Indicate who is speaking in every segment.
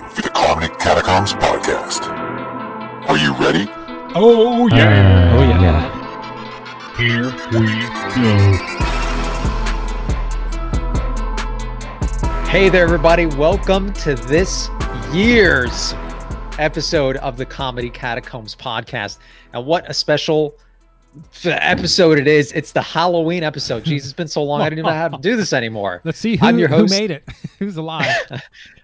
Speaker 1: the Catacombs Podcast. Are you ready?
Speaker 2: Oh yeah.
Speaker 3: Oh yeah.
Speaker 2: Here we
Speaker 4: Hey there, everybody. Welcome to this year's episode of the Comedy Catacombs podcast. And what a special f- episode it is! It's the Halloween episode. Jeez, it's been so long. I didn't even know how to do this anymore.
Speaker 3: Let's see who,
Speaker 4: I'm your host.
Speaker 3: who made it. Who's alive?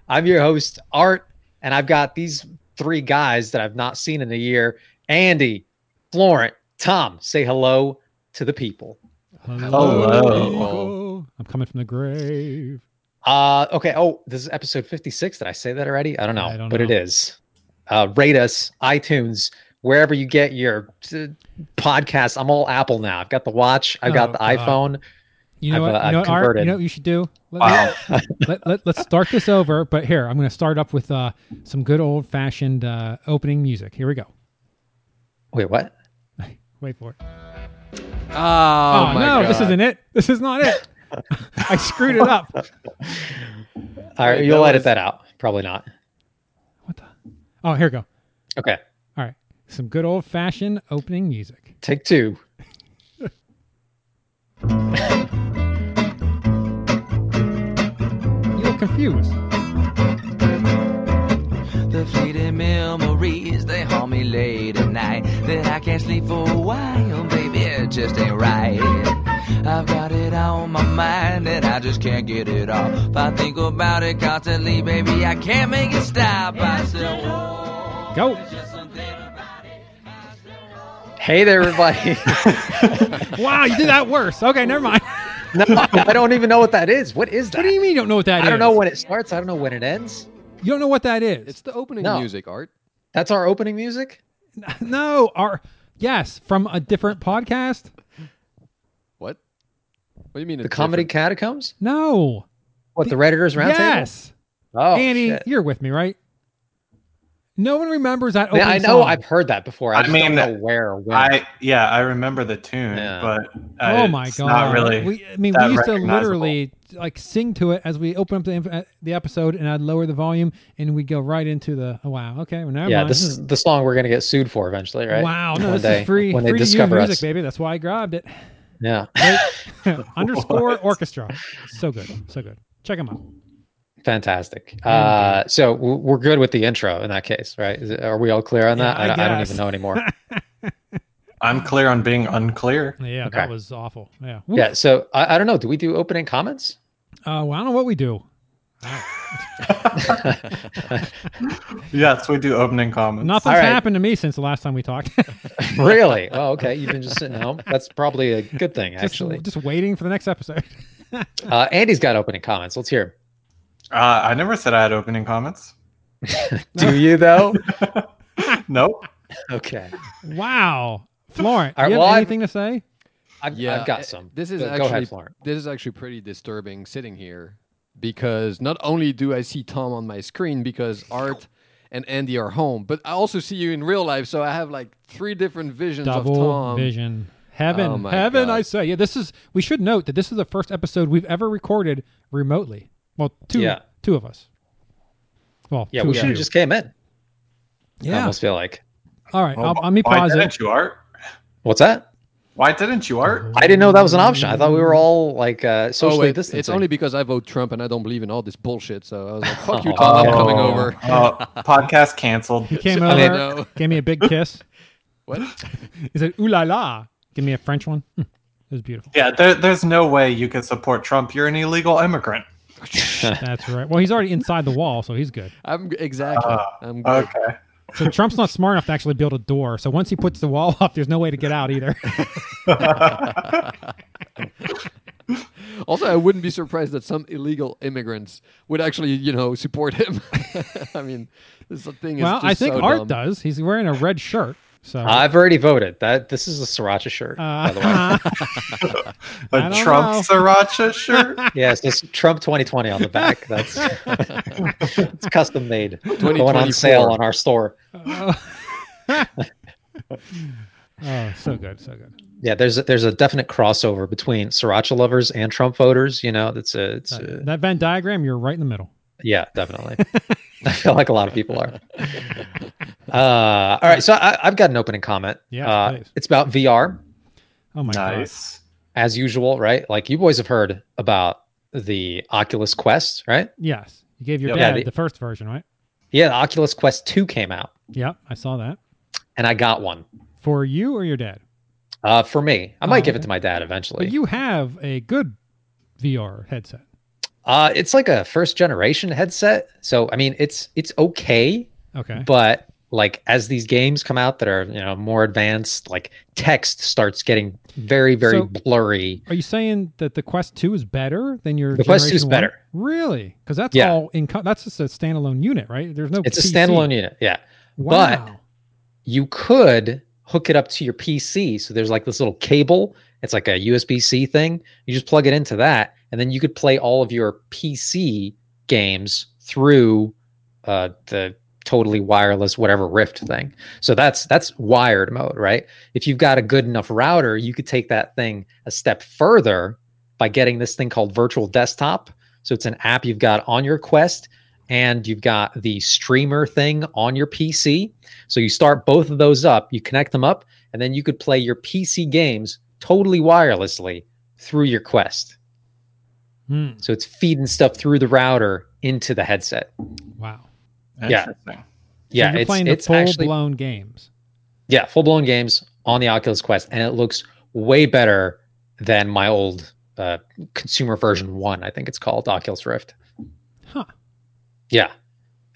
Speaker 4: I'm your host, Art, and I've got these three guys that I've not seen in a year Andy, Florent, Tom. Say hello to the people.
Speaker 5: Hello.
Speaker 4: Oh,
Speaker 3: people. I'm coming from the grave.
Speaker 4: Uh, okay. Oh, this is episode 56. Did I say that already? I don't know,
Speaker 3: I don't
Speaker 4: but it
Speaker 3: know.
Speaker 4: is. Uh, rate us, iTunes, wherever you get your uh, podcast. I'm all Apple now. I've got the watch, I've got
Speaker 3: Oh,
Speaker 4: the
Speaker 3: God.
Speaker 4: iPhone.
Speaker 3: You know
Speaker 4: I've,
Speaker 3: what?
Speaker 4: uh,
Speaker 3: you know what, Art? You
Speaker 4: converted.
Speaker 3: know what you should do? Let,
Speaker 5: Wow.
Speaker 3: let, let, us start this over. But here, I'm going to start up with uh, some good old fashioned uh, opening music. Here we go.
Speaker 4: Wait, what?
Speaker 3: Wait for it.
Speaker 5: Oh, my
Speaker 3: no,
Speaker 5: god.
Speaker 3: this isn't it. This is not it. I screwed it up.
Speaker 4: All right,
Speaker 5: Wait,
Speaker 4: you'll
Speaker 5: that
Speaker 4: edit
Speaker 5: was-
Speaker 4: that out. Probably not.
Speaker 3: What the? Oh, here we go.
Speaker 4: Okay.
Speaker 3: All right. Some good old fashioned opening music.
Speaker 4: Take two.
Speaker 3: You look confused.
Speaker 6: The fleeting memories, they haunt me late at night. That I can't sleep for a while, baby, it just ain't right. I've got it on my mind and I just can't get it off. If I think about it constantly, baby, I can't make it stop. I still want
Speaker 3: Go.
Speaker 6: just something about it. I still
Speaker 4: Hey there, everybody.
Speaker 3: Wow, you did that worse. Okay, never mind.
Speaker 4: no, I don't even know what that is. What is that?
Speaker 3: What do you mean you don't know what that is?
Speaker 4: I don't know when it starts. I don't know when it ends.
Speaker 3: You don't know what that is.
Speaker 5: It's the opening
Speaker 4: No.
Speaker 5: music, Art.
Speaker 4: That's our opening music.
Speaker 3: no, our yes, from a different podcast.
Speaker 5: What? What do you mean?
Speaker 4: The
Speaker 5: it's
Speaker 4: Comedy
Speaker 5: different?
Speaker 4: Catacombs?
Speaker 3: No.
Speaker 4: What, the Redditors Roundtable?
Speaker 3: yes.
Speaker 4: Oh,
Speaker 3: Andy,
Speaker 4: shit.
Speaker 3: you're with me, right? No one remembers that.
Speaker 4: Man,
Speaker 3: opening
Speaker 4: I know
Speaker 3: song.
Speaker 4: I've heard that before. I,
Speaker 7: I
Speaker 4: just
Speaker 7: mean,
Speaker 4: don't know where or when.
Speaker 7: I yeah, I remember the tune,
Speaker 4: Yeah.
Speaker 7: but uh,
Speaker 3: Oh my
Speaker 7: it's
Speaker 3: god!
Speaker 7: not really.
Speaker 3: We, I mean, we
Speaker 7: that
Speaker 3: used to
Speaker 7: recognizable.
Speaker 3: literally like sing to it as we open up the inf- uh, the episode, and I'd lower the volume, and we go right into the. Oh wow! Okay, well, never
Speaker 4: yeah,
Speaker 3: mind.
Speaker 4: this is the song we're gonna get sued for eventually, right?
Speaker 3: Wow, no,
Speaker 4: One
Speaker 3: this
Speaker 4: day,
Speaker 3: is free,
Speaker 4: when they
Speaker 3: free to you
Speaker 4: discover
Speaker 3: music,
Speaker 4: us.
Speaker 3: baby. That's why I grabbed it.
Speaker 4: Yeah,
Speaker 3: Underscore orchestra, so good, so good. Check them out.
Speaker 4: fantastic. Uh, so w- we're good with the intro in that case, right? Is it, are we all clear on that?
Speaker 3: Yeah, I
Speaker 4: I, I don't
Speaker 3: guess.
Speaker 4: even know anymore.
Speaker 7: I'm clear on being unclear.
Speaker 3: Yeah,
Speaker 4: Okay.
Speaker 3: that was awful. Yeah. Woo.
Speaker 4: yeah. So I, I don't know. Do we do opening comments?
Speaker 3: Uh, well, I don't know what we do.
Speaker 7: Yes, we do opening comments.
Speaker 3: Nothing's
Speaker 4: All right.
Speaker 3: happened to me since the last time we talked.
Speaker 4: really? Oh, okay. You've been just sitting home. That's probably a good thing,
Speaker 3: just,
Speaker 4: actually.
Speaker 3: just waiting for the next episode.
Speaker 4: Uh, Andy's got opening comments. Let's hear.
Speaker 7: Uh, I never said I had opening comments.
Speaker 4: 'em. Do you though?
Speaker 7: Nope.
Speaker 4: okay.
Speaker 3: Wow, Florent,
Speaker 4: All right,
Speaker 3: you have
Speaker 4: well, I've-
Speaker 3: anything to say?
Speaker 4: I've,
Speaker 5: Yeah,
Speaker 4: I've got
Speaker 5: uh,
Speaker 4: some.
Speaker 5: This is
Speaker 4: Go-
Speaker 5: actually
Speaker 4: go ahead, Florent.
Speaker 5: this is actually pretty disturbing sitting here because not only do I see Tom on my screen because Art and Andy are home, but I also see you in real life. So I have like three different visions of
Speaker 3: Double
Speaker 5: Tom.
Speaker 3: vision, heaven,
Speaker 5: Oh my
Speaker 3: heaven.
Speaker 5: God.
Speaker 3: I say, yeah. This is. We should note that this is the first episode we've ever recorded remotely. Well, two,
Speaker 4: Yeah.
Speaker 3: two of us. Well,
Speaker 4: Yeah,
Speaker 3: two
Speaker 4: we
Speaker 3: of
Speaker 4: should
Speaker 3: you.
Speaker 4: have just came in. I
Speaker 3: yeah.
Speaker 4: almost feel like.
Speaker 3: All right, I'll,
Speaker 7: Well,
Speaker 3: let me
Speaker 7: Oh, Why
Speaker 3: pause it.
Speaker 7: didn't you, Art?
Speaker 4: What's that?
Speaker 7: Why didn't you, Art?
Speaker 3: Uh-huh.
Speaker 4: I didn't know that was an option. I thought we were all like uh,
Speaker 5: Oh,
Speaker 4: socially
Speaker 5: wait,
Speaker 4: distancing.
Speaker 5: it's only because I vote Trump and I don't believe in all this bullshit. So I was like, fuck you,
Speaker 4: Oh.
Speaker 5: Tom, I'm coming over.
Speaker 7: Oh, podcast canceled.
Speaker 3: He came
Speaker 5: I
Speaker 3: over,
Speaker 5: know.
Speaker 3: gave me a big kiss.
Speaker 5: What?
Speaker 3: He said, "Ooh la la." Give me a French one. Hmm, It was beautiful.
Speaker 7: Yeah, there, there's no way you could support Trump. You're an illegal immigrant.
Speaker 3: That's right. Well, he's already inside the wall, so he's good.
Speaker 5: I'm g- exactly. I'm good.
Speaker 7: Okay.
Speaker 3: So Trump's not smart enough to actually build a door. So once he puts the wall up, there's no way to get out either.
Speaker 5: Also, I wouldn't be surprised that some illegal immigrants would actually, you know, support him. I mean, this thing is.
Speaker 3: well, I
Speaker 5: just
Speaker 3: think
Speaker 5: so
Speaker 3: Art
Speaker 5: dumb.
Speaker 3: does. He's wearing a red shirt. So
Speaker 4: I've already voted. That this is a sriracha shirt, by the way.
Speaker 3: Uh, I
Speaker 7: A
Speaker 3: don't
Speaker 7: Trump
Speaker 3: know.
Speaker 7: sriracha shirt.
Speaker 4: Yes, it's Trump 2020 on the back. That's it's custom made. Going on sale
Speaker 5: 2024.
Speaker 4: on our store.
Speaker 3: oh, so good, so good.
Speaker 4: Yeah, there's a, there's a definite crossover between sriracha lovers and Trump voters. You know, that's a it's a,
Speaker 3: That Venn diagram, you're right in the middle.
Speaker 4: Yeah, definitely. I feel like a lot of people are. Uh, all right, so I, I've got an opening comment.
Speaker 3: Yeah,
Speaker 4: uh,
Speaker 3: please.
Speaker 4: it's about VR
Speaker 3: Oh my
Speaker 7: Nice.
Speaker 4: as usual, right? Like you boys have heard about the Oculus Quest, right?
Speaker 3: god. Yes. You gave your
Speaker 4: Yeah,
Speaker 3: dad
Speaker 4: the-
Speaker 3: the first version, right?
Speaker 4: Yeah, the Oculus Quest Two came out,
Speaker 3: Yeah, I saw that.
Speaker 4: and I got one
Speaker 3: For you or your dad?
Speaker 4: uh, for me. I might
Speaker 3: Oh,
Speaker 4: give it
Speaker 3: okay.
Speaker 4: to my dad eventually.
Speaker 3: But you have a good VR headset.
Speaker 4: uh, it's like a first generation headset, so I mean, it's it's okay.
Speaker 3: Okay.
Speaker 4: but like as these games come out that are you know more advanced like text starts getting very very
Speaker 3: So-
Speaker 4: blurry
Speaker 3: Are you saying that the Quest 2 is better than your
Speaker 4: The Quest 2 is
Speaker 3: Generation one?
Speaker 4: better.
Speaker 3: Really? Because that's
Speaker 4: Yeah.
Speaker 3: all in. Co- that's just a standalone unit, right? There's no.
Speaker 4: it's a
Speaker 3: PC.
Speaker 4: standalone unit yeah
Speaker 3: Wow.
Speaker 4: you could hook it up to your pc so there's like this little cable it's like a usb-c thing you just plug it into that and then you could play all of your pc games through uh, the totally wireless whatever rift thing so that's that's wired mode right if you've got a good enough router you could take that thing a step further by getting this thing called virtual desktop so it's an app you've got on your quest and you've got the streamer thing on your pc so you start both of those up you connect them up and then you could play your pc games totally wirelessly through your quest
Speaker 3: Hmm.
Speaker 4: so it's feeding stuff through the router into the headset
Speaker 3: Wow.
Speaker 4: Yeah.
Speaker 7: Interesting.
Speaker 4: yeah
Speaker 3: so you're
Speaker 4: it's,
Speaker 3: playing
Speaker 4: it's
Speaker 3: the full
Speaker 4: actually
Speaker 3: blown games.
Speaker 4: yeah full blown games on the Oculus Quest, and it looks way better than my old uh, consumer version one. I think it's called Oculus Rift.
Speaker 3: Huh.
Speaker 4: Yeah,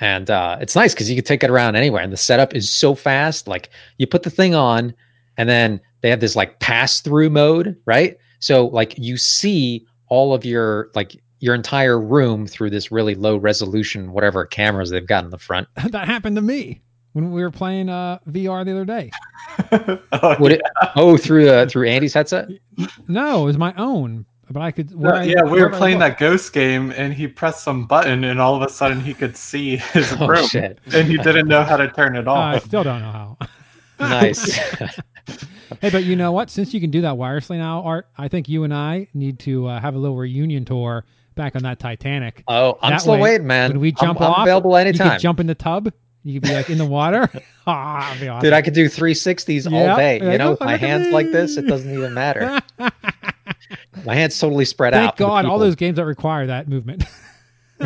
Speaker 4: and uh, it's nice because you can take it around anywhere, and the setup is so fast. Like you put the thing on, and then they have this like pass through mode, right? So like you see all of your like your entire room through this really low resolution whatever cameras they've got in the front.
Speaker 3: that happened to me when we were playing uh, VR the other day.
Speaker 7: oh,
Speaker 4: Would it? Oh, through uh, through Andy's headset.
Speaker 3: No, it was my own, but I could.
Speaker 7: yeah,
Speaker 3: where I-
Speaker 7: yeah, we were
Speaker 3: wherever I
Speaker 7: playing
Speaker 3: looked.
Speaker 7: that ghost game, and he pressed some button, and all of a sudden he could see his
Speaker 4: Oh
Speaker 7: room,
Speaker 4: shit.
Speaker 7: and he didn't know how to turn it
Speaker 3: Uh, I
Speaker 7: off.
Speaker 3: still don't know how.
Speaker 4: nice.
Speaker 3: hey, but you know what? Since you can do that wirelessly now, Art, I think you and I need to uh, have a little reunion tour back on that Titanic.
Speaker 4: Oh, I'm
Speaker 3: That
Speaker 4: still
Speaker 3: way,
Speaker 4: waiting, man.
Speaker 3: when we jump
Speaker 4: I'm,
Speaker 3: off,
Speaker 4: I'm available
Speaker 3: You
Speaker 4: anytime.
Speaker 3: could jump in the tub. You could be like in the water. Ah, that'd be awesome.
Speaker 4: Dude, I could do 360s
Speaker 3: Yeah,
Speaker 4: all day.
Speaker 3: there
Speaker 4: You know,
Speaker 3: you
Speaker 4: with
Speaker 3: go.
Speaker 4: my
Speaker 3: Look at
Speaker 4: hands like this, it
Speaker 3: me.
Speaker 4: doesn't even matter. My hands totally spread
Speaker 3: Thank
Speaker 4: out. for the
Speaker 3: God, all
Speaker 4: people.
Speaker 3: those games that require that movement.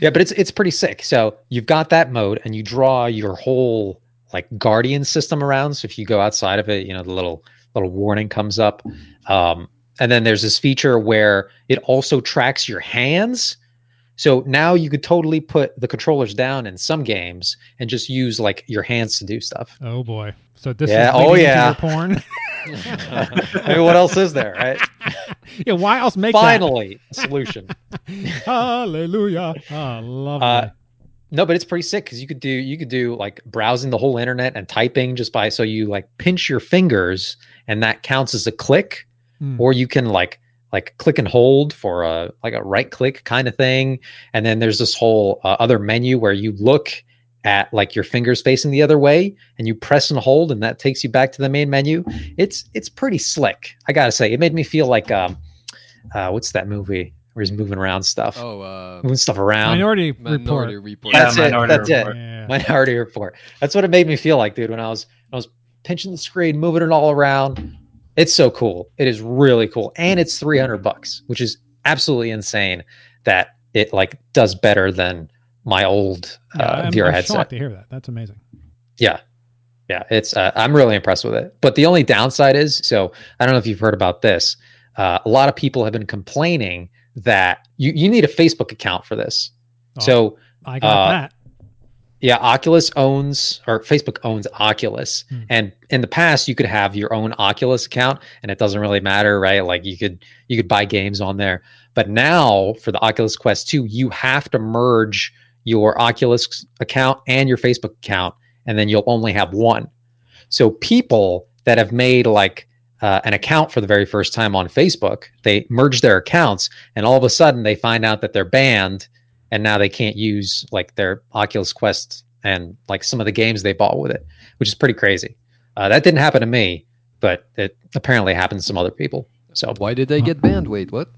Speaker 4: Yeah, but it's it's pretty sick. So you've got that mode, and you draw your whole like guardian system around. So if you go outside of it, you know the little little warning comes up. Um, and then there's this feature where it also tracks your hands. So now you could totally put the controllers down in some games and just use like your hands to do stuff.
Speaker 3: oh boy! So this
Speaker 4: Yeah,
Speaker 3: is
Speaker 4: oh,
Speaker 3: leading into
Speaker 4: yeah.
Speaker 3: your porn.
Speaker 4: I mean, what else is there, right?
Speaker 3: yeah, why else make
Speaker 4: Finally, a solution.
Speaker 3: that? Hallelujah! Oh, lovely.
Speaker 4: Uh, No, but it's pretty sick because you could do you could do like browsing the whole internet and typing just by so you like pinch your fingers and that counts as a click,
Speaker 3: Hmm.
Speaker 4: or you can like like click and hold for a like a right click kind of thing, and then there's this whole uh, other menu where you look at like your fingers facing the other way and you press and hold and that takes you back to the main menu. It's it's pretty slick. I gotta say, it made me feel like um, uh, what's that movie where he's moving around stuff,
Speaker 5: Oh, uh,
Speaker 4: moving stuff around.
Speaker 3: Minority,
Speaker 5: Minority
Speaker 3: Report.
Speaker 5: Report.
Speaker 7: Yeah,
Speaker 4: That's it.
Speaker 7: Minority
Speaker 4: That's it.
Speaker 7: Report.
Speaker 3: Yeah.
Speaker 4: Minority Report. That's what it made me feel like, dude. When I was when I was pinching the screen, moving it all around. It's so cool. It is really cool, and it's three hundred bucks, which is absolutely insane. That it like does better than my old
Speaker 3: Yeah,
Speaker 4: uh,
Speaker 3: I'm,
Speaker 4: VR
Speaker 3: I'm shocked
Speaker 4: headset.
Speaker 3: to hear that. That's amazing.
Speaker 4: Yeah, yeah. It's uh, I'm really impressed with it. But the only downside is, so I don't know if you've heard about this. Uh, a lot of people have been complaining that you you need a Facebook account for this.
Speaker 3: Oh,
Speaker 4: So
Speaker 3: I got
Speaker 4: uh,
Speaker 3: that.
Speaker 4: yeah, Oculus owns or Facebook owns Oculus.
Speaker 3: Hmm.
Speaker 4: And in the past you could have your own Oculus account and it doesn't really matter, right? Like you could you could buy games on there. But now for the Oculus Quest 2, you have to merge your Oculus account and your Facebook account and then you'll only have one. So people that have made like uh, an account for the very first time on Facebook, they merge their accounts and all of a sudden they find out that they're banned and now they can't use like their Oculus Quest and like some of the games they bought with it, which is pretty crazy. Uh, that didn't happen to me, but it apparently happened to some other people. So
Speaker 5: Why did they get banned? Wait, what?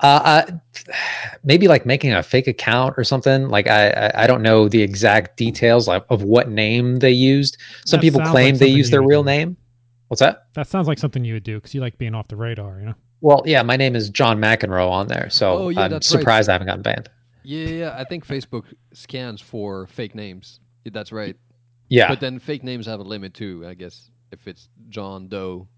Speaker 4: Uh, I, maybe like making a fake account or something. Like I, I, I don't know the exact details of, of what name they used. Some
Speaker 3: That
Speaker 4: people
Speaker 3: sounds
Speaker 4: claim
Speaker 3: like
Speaker 4: they
Speaker 3: something
Speaker 4: use
Speaker 3: you
Speaker 4: their
Speaker 3: would
Speaker 4: real
Speaker 3: do.
Speaker 4: name. What's that?
Speaker 3: That sounds like something you would do because you like being off the radar, you know?
Speaker 4: Well, yeah, my name is John McEnroe on there, so
Speaker 5: Oh, yeah,
Speaker 4: I'm
Speaker 5: that's right.
Speaker 4: surprised I haven't gotten banned.
Speaker 5: Yeah, yeah, yeah. I think Facebook scans for fake names. Yeah, That's right.
Speaker 4: Yeah,
Speaker 5: But then fake names have a limit too, I guess. If it's John Doe,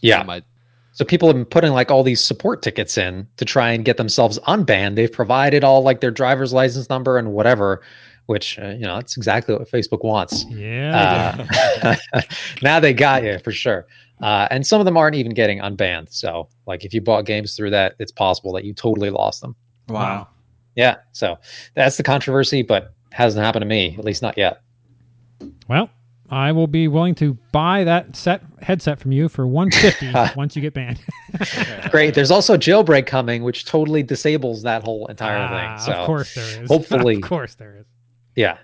Speaker 5: they
Speaker 4: yeah.
Speaker 5: might-
Speaker 4: So people have been putting like all these support tickets in to try and get themselves unbanned. They've provided all like their driver's license number and whatever, which uh, you know that's exactly what Facebook wants.
Speaker 3: Yeah.
Speaker 4: Uh, now they got you for sure. Uh, and some of them aren't even getting unbanned. So like if you bought games through that, it's possible that you totally lost them.
Speaker 7: Wow.
Speaker 4: Yeah. So that's the controversy, but hasn't happened to me at least not yet.
Speaker 3: well, I will be willing to buy that set headset from you for 150 once you get banned.
Speaker 4: Great. There's also jailbreak coming, which totally disables that whole entire
Speaker 3: Ah,
Speaker 4: thing. So
Speaker 3: Of course there is.
Speaker 4: hopefully-
Speaker 3: Of course there is.
Speaker 4: Yeah.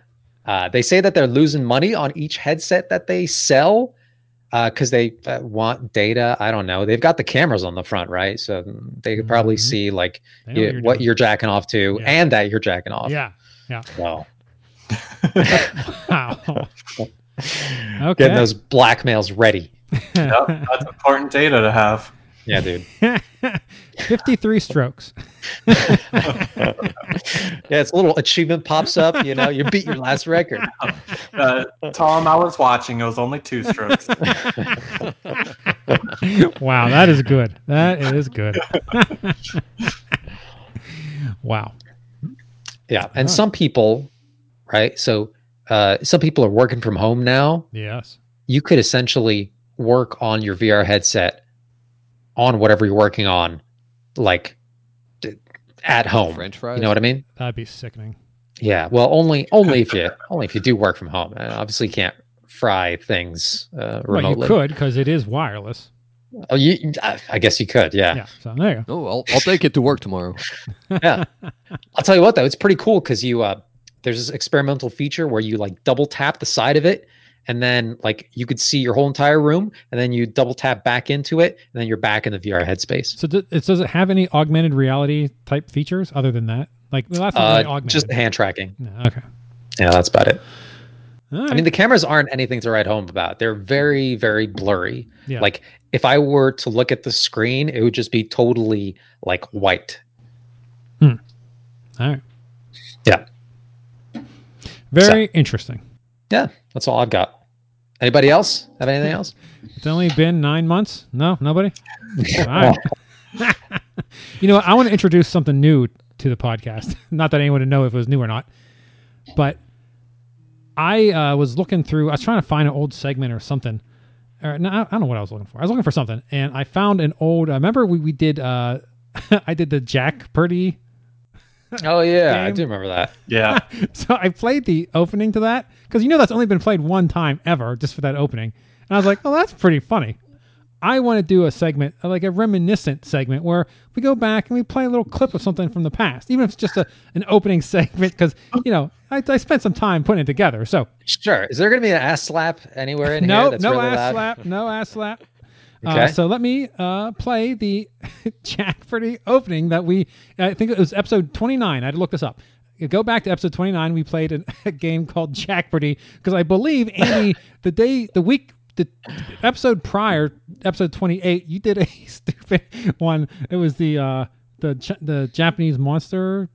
Speaker 4: Uh, they say that they're losing money on each headset that they sell because they uh, want data. I don't know. They've got the cameras on the front, right? So they could probably
Speaker 3: Mhm.
Speaker 4: see like
Speaker 3: They know
Speaker 4: you-
Speaker 3: you're
Speaker 4: what
Speaker 3: doing.
Speaker 4: you're jacking off to
Speaker 3: Yeah.
Speaker 4: and that you're jacking off.
Speaker 3: Yeah.
Speaker 4: So
Speaker 3: Wow.
Speaker 4: getting
Speaker 3: okay.
Speaker 4: those blackmails ready.
Speaker 7: Yep, that's important data to have.
Speaker 4: Yeah, dude.
Speaker 3: 53 strokes.
Speaker 4: Yeah, it's a little achievement pops up. You know, you beat your last record.
Speaker 7: Uh, Tom, I was watching. It was only two strokes.
Speaker 3: wow, that is good. That is good. wow.
Speaker 4: Yeah. And some people, right? So uh, some people are working from home now.
Speaker 3: Yes.
Speaker 4: you could essentially work on your VR headset on whatever you're working on, like d- at home.
Speaker 5: French fries.
Speaker 4: You know what I mean?
Speaker 3: That'd be sickening.
Speaker 4: Yeah. Well, only only if you only if you do work from home. And obviously, you can't fry things uh,
Speaker 3: Well,
Speaker 4: remotely.
Speaker 3: you could because it is wireless.
Speaker 4: Oh, you, I I guess you could. Yeah.
Speaker 3: Yeah. So there you go.
Speaker 5: No, I'll, I'll take it to work tomorrow.
Speaker 4: I'll tell you what, though, it's pretty cool because you uh, there's this experimental feature where you like double tap the side of it. And then, like, you could see your whole entire room, and then you double tap back into it, and then you're back in the VR headspace.
Speaker 3: So do, it, does it have any augmented reality type features other than that? Like, well, that's not Oh, really
Speaker 4: Uh,
Speaker 3: augmented.
Speaker 4: just the hand tracking.
Speaker 3: No, okay.
Speaker 4: Yeah, that's about it.
Speaker 3: All
Speaker 4: I
Speaker 3: right.
Speaker 4: mean, the cameras aren't anything to write home about. They're very, very blurry.
Speaker 3: Yeah.
Speaker 4: Like, if I were to look at the screen, it would just be totally like white.
Speaker 3: All right.
Speaker 4: Yeah.
Speaker 3: Very interesting.
Speaker 4: Yeah, that's all I've got. Anybody else have anything else?
Speaker 3: It's only been nine months. No, nobody. All right. you know, what? I want to introduce something new to the podcast. Not that anyone would know if it was new or not, but I uh, was looking through. I was trying to find an old segment or something. Or, no, I I don't know what I was looking for. I was looking for something, and I found an old. I remember we we did. Uh, I did the Jack Purdy.
Speaker 4: Oh yeah, I
Speaker 3: Game.
Speaker 4: do remember that.
Speaker 7: Yeah.
Speaker 3: So I played the opening to that because you know that's only been played one time ever, just for that opening. And I was like, oh, that's pretty funny. I want to do a segment, uh, like a reminiscent segment, where we go back and we play a little clip of something from the past, even if it's just a, an opening segment, because, you know, I, I spent some time putting it together. So,
Speaker 4: Sure. Is there going to be an ass slap anywhere in
Speaker 3: no,
Speaker 4: here? That's
Speaker 3: no
Speaker 4: really
Speaker 3: ass
Speaker 4: loud?
Speaker 3: slap, no ass slap. Uh,
Speaker 4: Okay.
Speaker 3: so let me uh, play the Jack Freddy opening that we, I think it was episode 29. I had to look this up. You Go back to episode 29. We played an, a game called Jack Freddy because I believe, Andy, the day, the week, the episode prior, episode 28, you did a stupid one. It was the uh, the Ch- the Japanese monster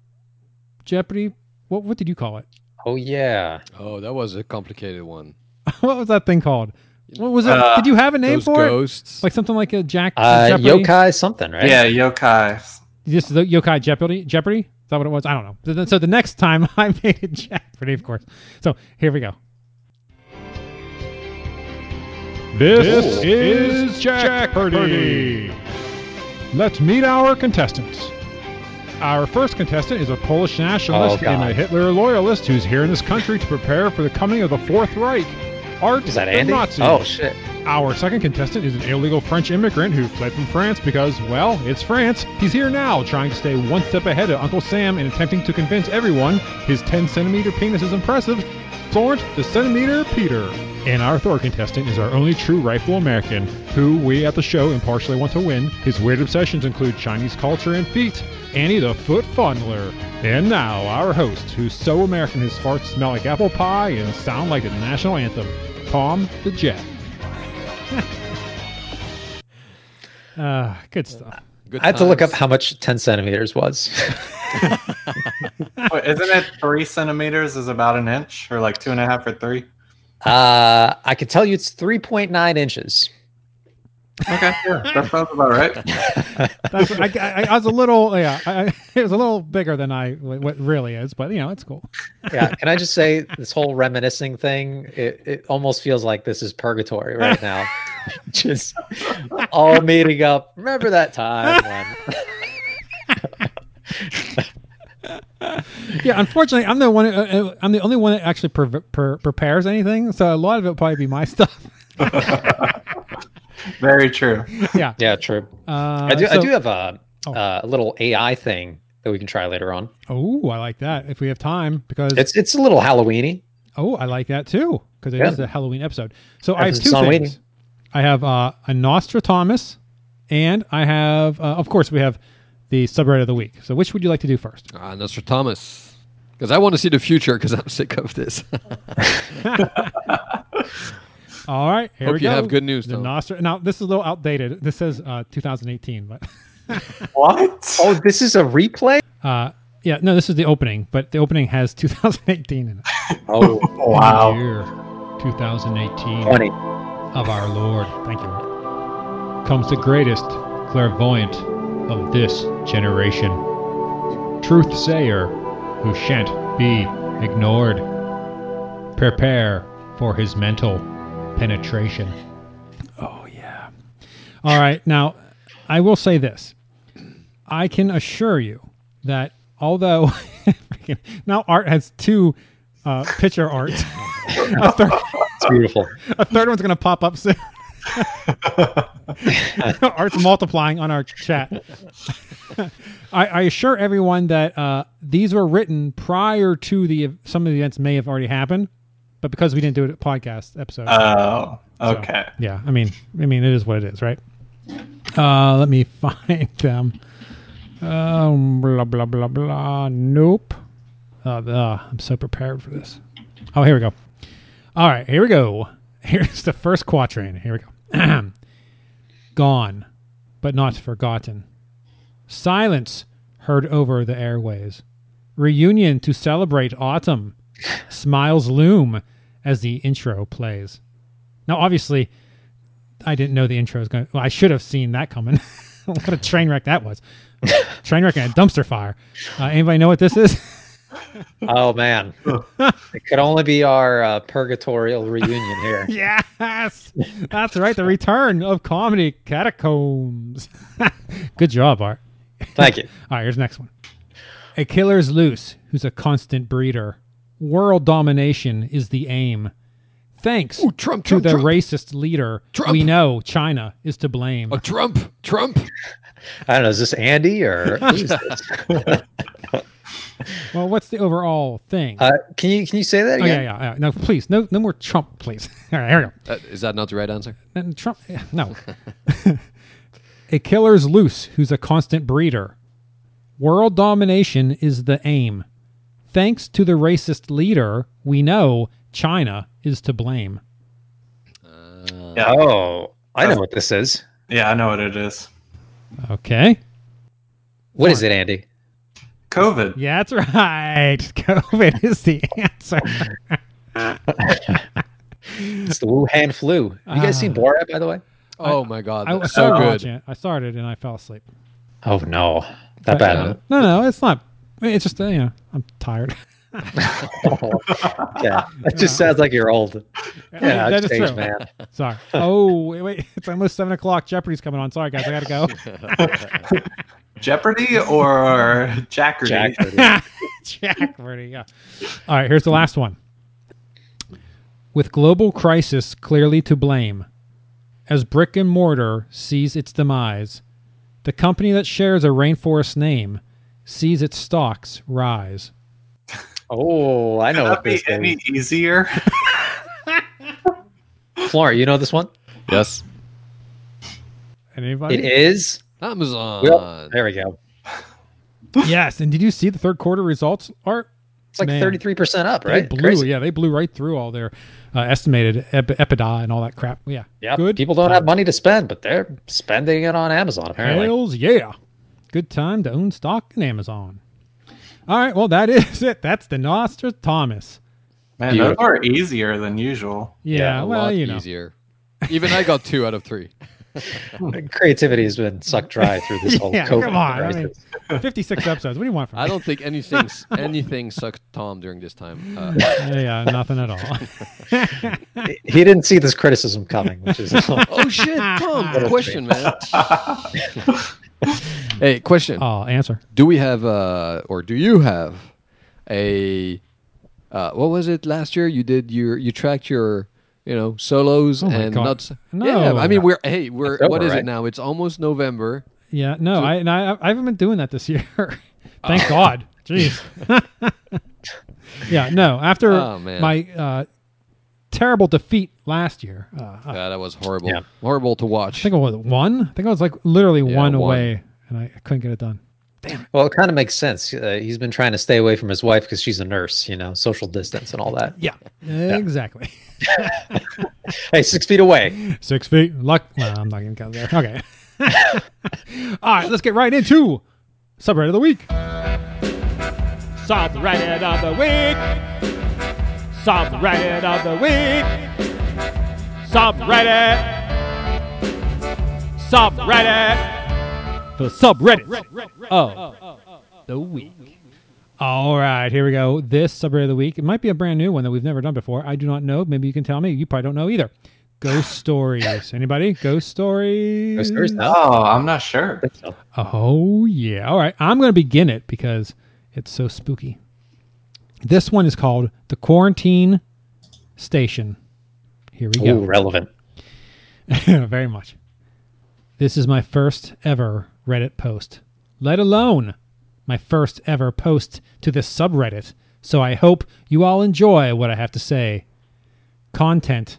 Speaker 3: Jeopardy. What, what did you call it?
Speaker 4: Oh yeah.
Speaker 5: Oh, that was a complicated one.
Speaker 3: what was that thing called? What was it?
Speaker 7: Uh,
Speaker 3: Did you have a name
Speaker 5: Those
Speaker 3: for it?
Speaker 5: ghosts.
Speaker 3: Like something like a Jack
Speaker 4: Uh,
Speaker 3: Jeopardy?
Speaker 4: yokai something, right?
Speaker 7: Yeah, yokai.
Speaker 3: Just the yokai Jeopardy. Jeopardy. Is that what it was? I don't know. So the- So the next time I made it Jeopardy, of course. So here we go.
Speaker 2: This is Jack Purdy. Let's meet our contestants. Our first contestant is a Polish
Speaker 4: Oh,
Speaker 2: nationalist
Speaker 4: God.
Speaker 2: and a Hitler loyalist who's here in this country to prepare for the coming of the Fourth Reich. Art
Speaker 4: Is that
Speaker 2: and
Speaker 4: Andy?
Speaker 2: Nazis.
Speaker 4: Oh shit.
Speaker 2: Our second contestant is an illegal French immigrant who fled from France because, well, it's France. He's here now, trying to stay one step ahead of Uncle Sam and attempting to convince everyone his 10 centimeter penis is impressive. Florence the Centimeter Peter. And our third contestant is our only true rightful American, who we at the show impartially want to win. His weird obsessions include Chinese culture and feet, Annie the Foot Fondler. And now, our host, who's so American his farts smell like apple pie and sound like the national anthem, Tom the Jet.
Speaker 3: Uh, good stuff.
Speaker 5: Good
Speaker 4: I had to look up
Speaker 5: times.
Speaker 4: how much 10 centimeters was.
Speaker 7: Wait, isn't it three centimeters is about an inch, or like two and a half or three?
Speaker 4: uh, I could tell you it's 3.9 inches.
Speaker 7: Okay, yeah, that sounds about right.
Speaker 3: That's, I, I, I was a little, yeah, I, I- it was a little bigger than I what really is, but you know, it's cool.
Speaker 4: Yeah. Can I just say this whole reminiscing thing? It, it almost feels like this is purgatory right now. just all meeting up. Remember that time when
Speaker 3: Yeah, unfortunately, I'm the one. uh, Uh, I'm the only one that actually pre- pre- prepares anything, so a lot of it will probably be my stuff.
Speaker 7: Very true.
Speaker 3: yeah,
Speaker 4: Yeah, true.
Speaker 3: uh,
Speaker 4: I do I
Speaker 3: so-
Speaker 4: do have a,
Speaker 3: Oh.
Speaker 4: uh, a little AI thing that we can try later on.
Speaker 3: Oh, I like that. If we have time, because
Speaker 4: It's it's a little Halloweeny.
Speaker 3: oh, I like that too, because it is
Speaker 4: Yeah.
Speaker 3: a Halloween episode. So I have
Speaker 4: Episode's
Speaker 3: two
Speaker 4: on
Speaker 3: things.
Speaker 4: waiting.
Speaker 3: I have uh, a Nostradamus, and I have, uh, of course, we have the subreddit of the week. So which would you like to do first?
Speaker 5: Ah, Nostradamus. Because I want to see the future because I'm sick of this.
Speaker 3: All right, here
Speaker 5: Hope
Speaker 3: we
Speaker 5: you
Speaker 3: go.
Speaker 5: have good news,
Speaker 3: The
Speaker 5: though.
Speaker 3: Nostra- now this is a little outdated. This says uh, 2018, but.
Speaker 7: What?
Speaker 4: Oh, this is a replay?
Speaker 3: Uh, yeah, no, this is the opening, but the opening has 2018 in it.
Speaker 4: Oh,
Speaker 3: The
Speaker 7: wow.
Speaker 3: year 2018
Speaker 4: funny.
Speaker 3: of our Lord. Thank you. Comes the greatest clairvoyant of this generation, truth sayer who shan't be ignored. Prepare for his mental penetration. Oh, yeah. All right. Now, I will say this I can assure you that although freaking- now art has two uh, picture art, a, third,
Speaker 4: It's beautiful.
Speaker 3: a third one's going to pop up soon. Art's multiplying on our chat. I, I assure everyone that uh, these were written prior to the some of the events may have already happened, but because we didn't do it at podcast episode,
Speaker 7: Oh, okay.
Speaker 3: yeah, I mean, I mean, it is what it is, right? Uh, let me find them. Um, blah blah blah blah. Nope. Uh, uh, I'm so prepared for this. Oh, here we go. All right, here we go. Here's the first quatrain. Here we go. Gone, but not forgotten. Silence heard over the airways. Reunion to celebrate autumn. Smiles loom as the intro plays. Now, obviously, I didn't know the intro was going. Well, I should have seen that coming. what a train wreck that was! train wreck and a dumpster fire. Uh, anybody know what this is?
Speaker 4: Oh man, it could only be our uh, purgatorial reunion here.
Speaker 3: yes, that's right. The return of comedy catacombs. Good job, Art.
Speaker 4: Thank you.
Speaker 3: All right, here's the next one. A killer's loose, who's a constant breeder. World domination is the aim. Thanks
Speaker 5: Ooh, Trump,
Speaker 3: to
Speaker 5: Trump,
Speaker 3: the
Speaker 5: Trump.
Speaker 3: racist leader,
Speaker 5: Trump.
Speaker 3: we know China is to blame.
Speaker 5: oh, Trump, Trump.
Speaker 4: I don't know. Is this Andy or who's this?
Speaker 3: Well, what's the overall thing?
Speaker 4: Uh, can you can you say that
Speaker 3: Oh yeah,
Speaker 4: again?
Speaker 3: yeah, yeah. No, please, no, no more Trump, please. All right, here we go.
Speaker 5: Uh, is that not the right answer?
Speaker 3: And Trump, yeah, no. a killer's loose, who's a constant breeder. World domination is the aim. Thanks to the racist leader, we know China is to blame.
Speaker 7: yeah.
Speaker 4: Oh, I know what this is.
Speaker 7: Yeah, I know what it is.
Speaker 3: Okay.
Speaker 4: What is it, Andy?
Speaker 7: COVID.
Speaker 3: Yeah, that's right. COVID is the answer.
Speaker 4: It's the Wuhan flu. Have you guys
Speaker 3: Ah.
Speaker 4: seen Borat, by the way?
Speaker 5: Oh my God,
Speaker 3: I, I
Speaker 5: that's so
Speaker 3: started
Speaker 5: good.
Speaker 3: watching it. I started and I fell asleep.
Speaker 4: Oh no, not bad. huh?
Speaker 3: No, no, it's not. It's just uh, you know, I'm tired.
Speaker 4: yeah, that just sounds like you're old. Yeah,
Speaker 3: that is
Speaker 4: change,
Speaker 3: true.
Speaker 4: man.
Speaker 3: Sorry. Oh wait, wait, it's almost seven o'clock. Jeopardy's coming on. Sorry guys, I gotta go.
Speaker 7: Jeopardy or Jackardy?
Speaker 4: Jack.
Speaker 3: Jack Verdi, yeah. All right, here's the last one. With global crisis clearly to blame, as brick and mortar sees its demise. The company that shares a rainforest name sees its stocks rise.
Speaker 4: Oh, I know
Speaker 7: That'd
Speaker 4: what
Speaker 7: be
Speaker 4: this
Speaker 7: any
Speaker 4: is.
Speaker 7: easier.
Speaker 4: Flora, you know this one?
Speaker 5: Yes.
Speaker 3: Anybody?
Speaker 4: It is.
Speaker 5: Amazon.
Speaker 4: Well, there we go.
Speaker 3: yes. And did you see the third quarter results, Art?
Speaker 4: It's like
Speaker 3: Man.
Speaker 4: 33% up, right?
Speaker 3: They blew,
Speaker 4: Crazy.
Speaker 3: yeah, they blew right through all their uh, estimated ep- EBITDA and all that crap. Yeah,
Speaker 4: Yeah,
Speaker 3: good.
Speaker 4: people don't have money to spend, but they're spending it on Amazon apparently.
Speaker 3: Hells yeah, good time to own stock in Amazon. All right, well that is it. That's the Nostra Thomas.
Speaker 7: Man, those are easier than usual.
Speaker 3: Yeah,
Speaker 5: a
Speaker 3: well
Speaker 5: lot
Speaker 3: you know,
Speaker 5: easier. Even I got two out of three.
Speaker 4: Creativity has been sucked dry through this whole
Speaker 3: yeah,
Speaker 4: COVID
Speaker 3: come on. I
Speaker 4: crisis.
Speaker 3: mean, fifty-six episodes. What do you want from
Speaker 5: I
Speaker 3: me?
Speaker 5: don't think anything anything sucked Tom during this time. Uh,
Speaker 3: yeah, nothing at all.
Speaker 4: he didn't see this criticism coming, which is
Speaker 5: oh shit, Tom! question, man. hey, question.
Speaker 3: Oh, answer.
Speaker 5: do we have uh or do you have a uh what was it last year you did your you tracked your you know solos
Speaker 3: Oh my
Speaker 5: and
Speaker 3: God.
Speaker 5: not s-
Speaker 3: No.
Speaker 5: yeah i mean we're hey we're
Speaker 4: October,
Speaker 5: what is
Speaker 4: right?
Speaker 5: it now it's almost november
Speaker 3: Yeah, no, I, and I I haven't been doing that this year.
Speaker 5: Oh.
Speaker 3: Thank God. Jeez. yeah, no. After
Speaker 5: Oh, man.
Speaker 3: my uh, terrible defeat last year, uh, I
Speaker 5: yeah that was horrible
Speaker 4: Yeah.
Speaker 5: horrible to watch
Speaker 3: think I was one. I think I was like literally one,
Speaker 5: one.
Speaker 3: away, and I, I couldn't get it done.
Speaker 4: well, it kind of makes sense. Uh, he's been trying to stay away from his wife because she's a nurse, you know, social distance and all that.
Speaker 3: Yeah, exactly.
Speaker 4: Hey, six feet away.
Speaker 3: Six feet. Luck. Well, I'm not gonna count there. Okay. All right, let's get right into subreddit of the week. Subreddit of the week. Subreddit of the week. Subreddit. Subreddit. The subreddit of the week. All right, here we go. This subreddit of the week. It might be a brand new one that we've never done before. I do not know. Maybe you can tell me. You probably don't know either. Ghost stories. Anybody? Ghost stories.
Speaker 4: Goes first now.
Speaker 7: Oh, I'm not sure.
Speaker 3: Oh, yeah. All right. I'm going to begin it because it's so spooky. This one is called The Quarantine Station. Here we
Speaker 4: Ooh,
Speaker 3: go.
Speaker 4: relevant.
Speaker 3: Very much. This is my first ever Reddit post, let alone my first ever post to this subreddit. So I hope you all enjoy what I have to say. Content.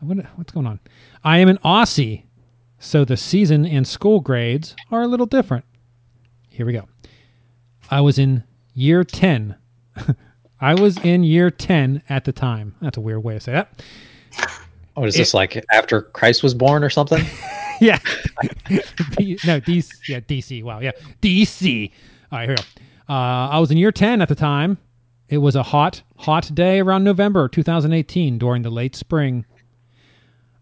Speaker 3: What, what's going on? I am an Aussie, so the season and school grades are a little different. Here we go. I was in year 10. I was in year 10 at the time. That's a weird way to say that.
Speaker 4: What is this like after Christ was born or something?
Speaker 3: yeah. D- no, DC. Yeah, DC. Wow. Yeah, DC. All right, here we go. Uh, I was in year 10 at the time. It was a hot, hot day around November 2018 during the late spring.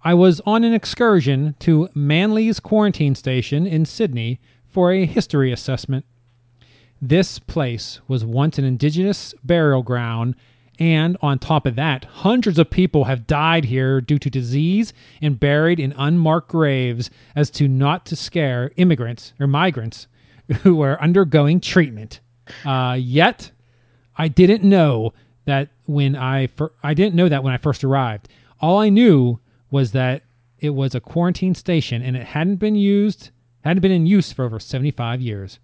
Speaker 3: I was on an excursion to Manly's quarantine station in Sydney for a history assessment. This place was once an indigenous burial ground, and on top of that, hundreds of people have died here due to disease and buried in unmarked graves as to not to scare immigrants or migrants who are undergoing treatment. Uh, yet, I didn't know that when I fir- I didn't know that when I first arrived. All I knew was that it was a quarantine station and it hadn't been used, hadn't been in use for over 75 years.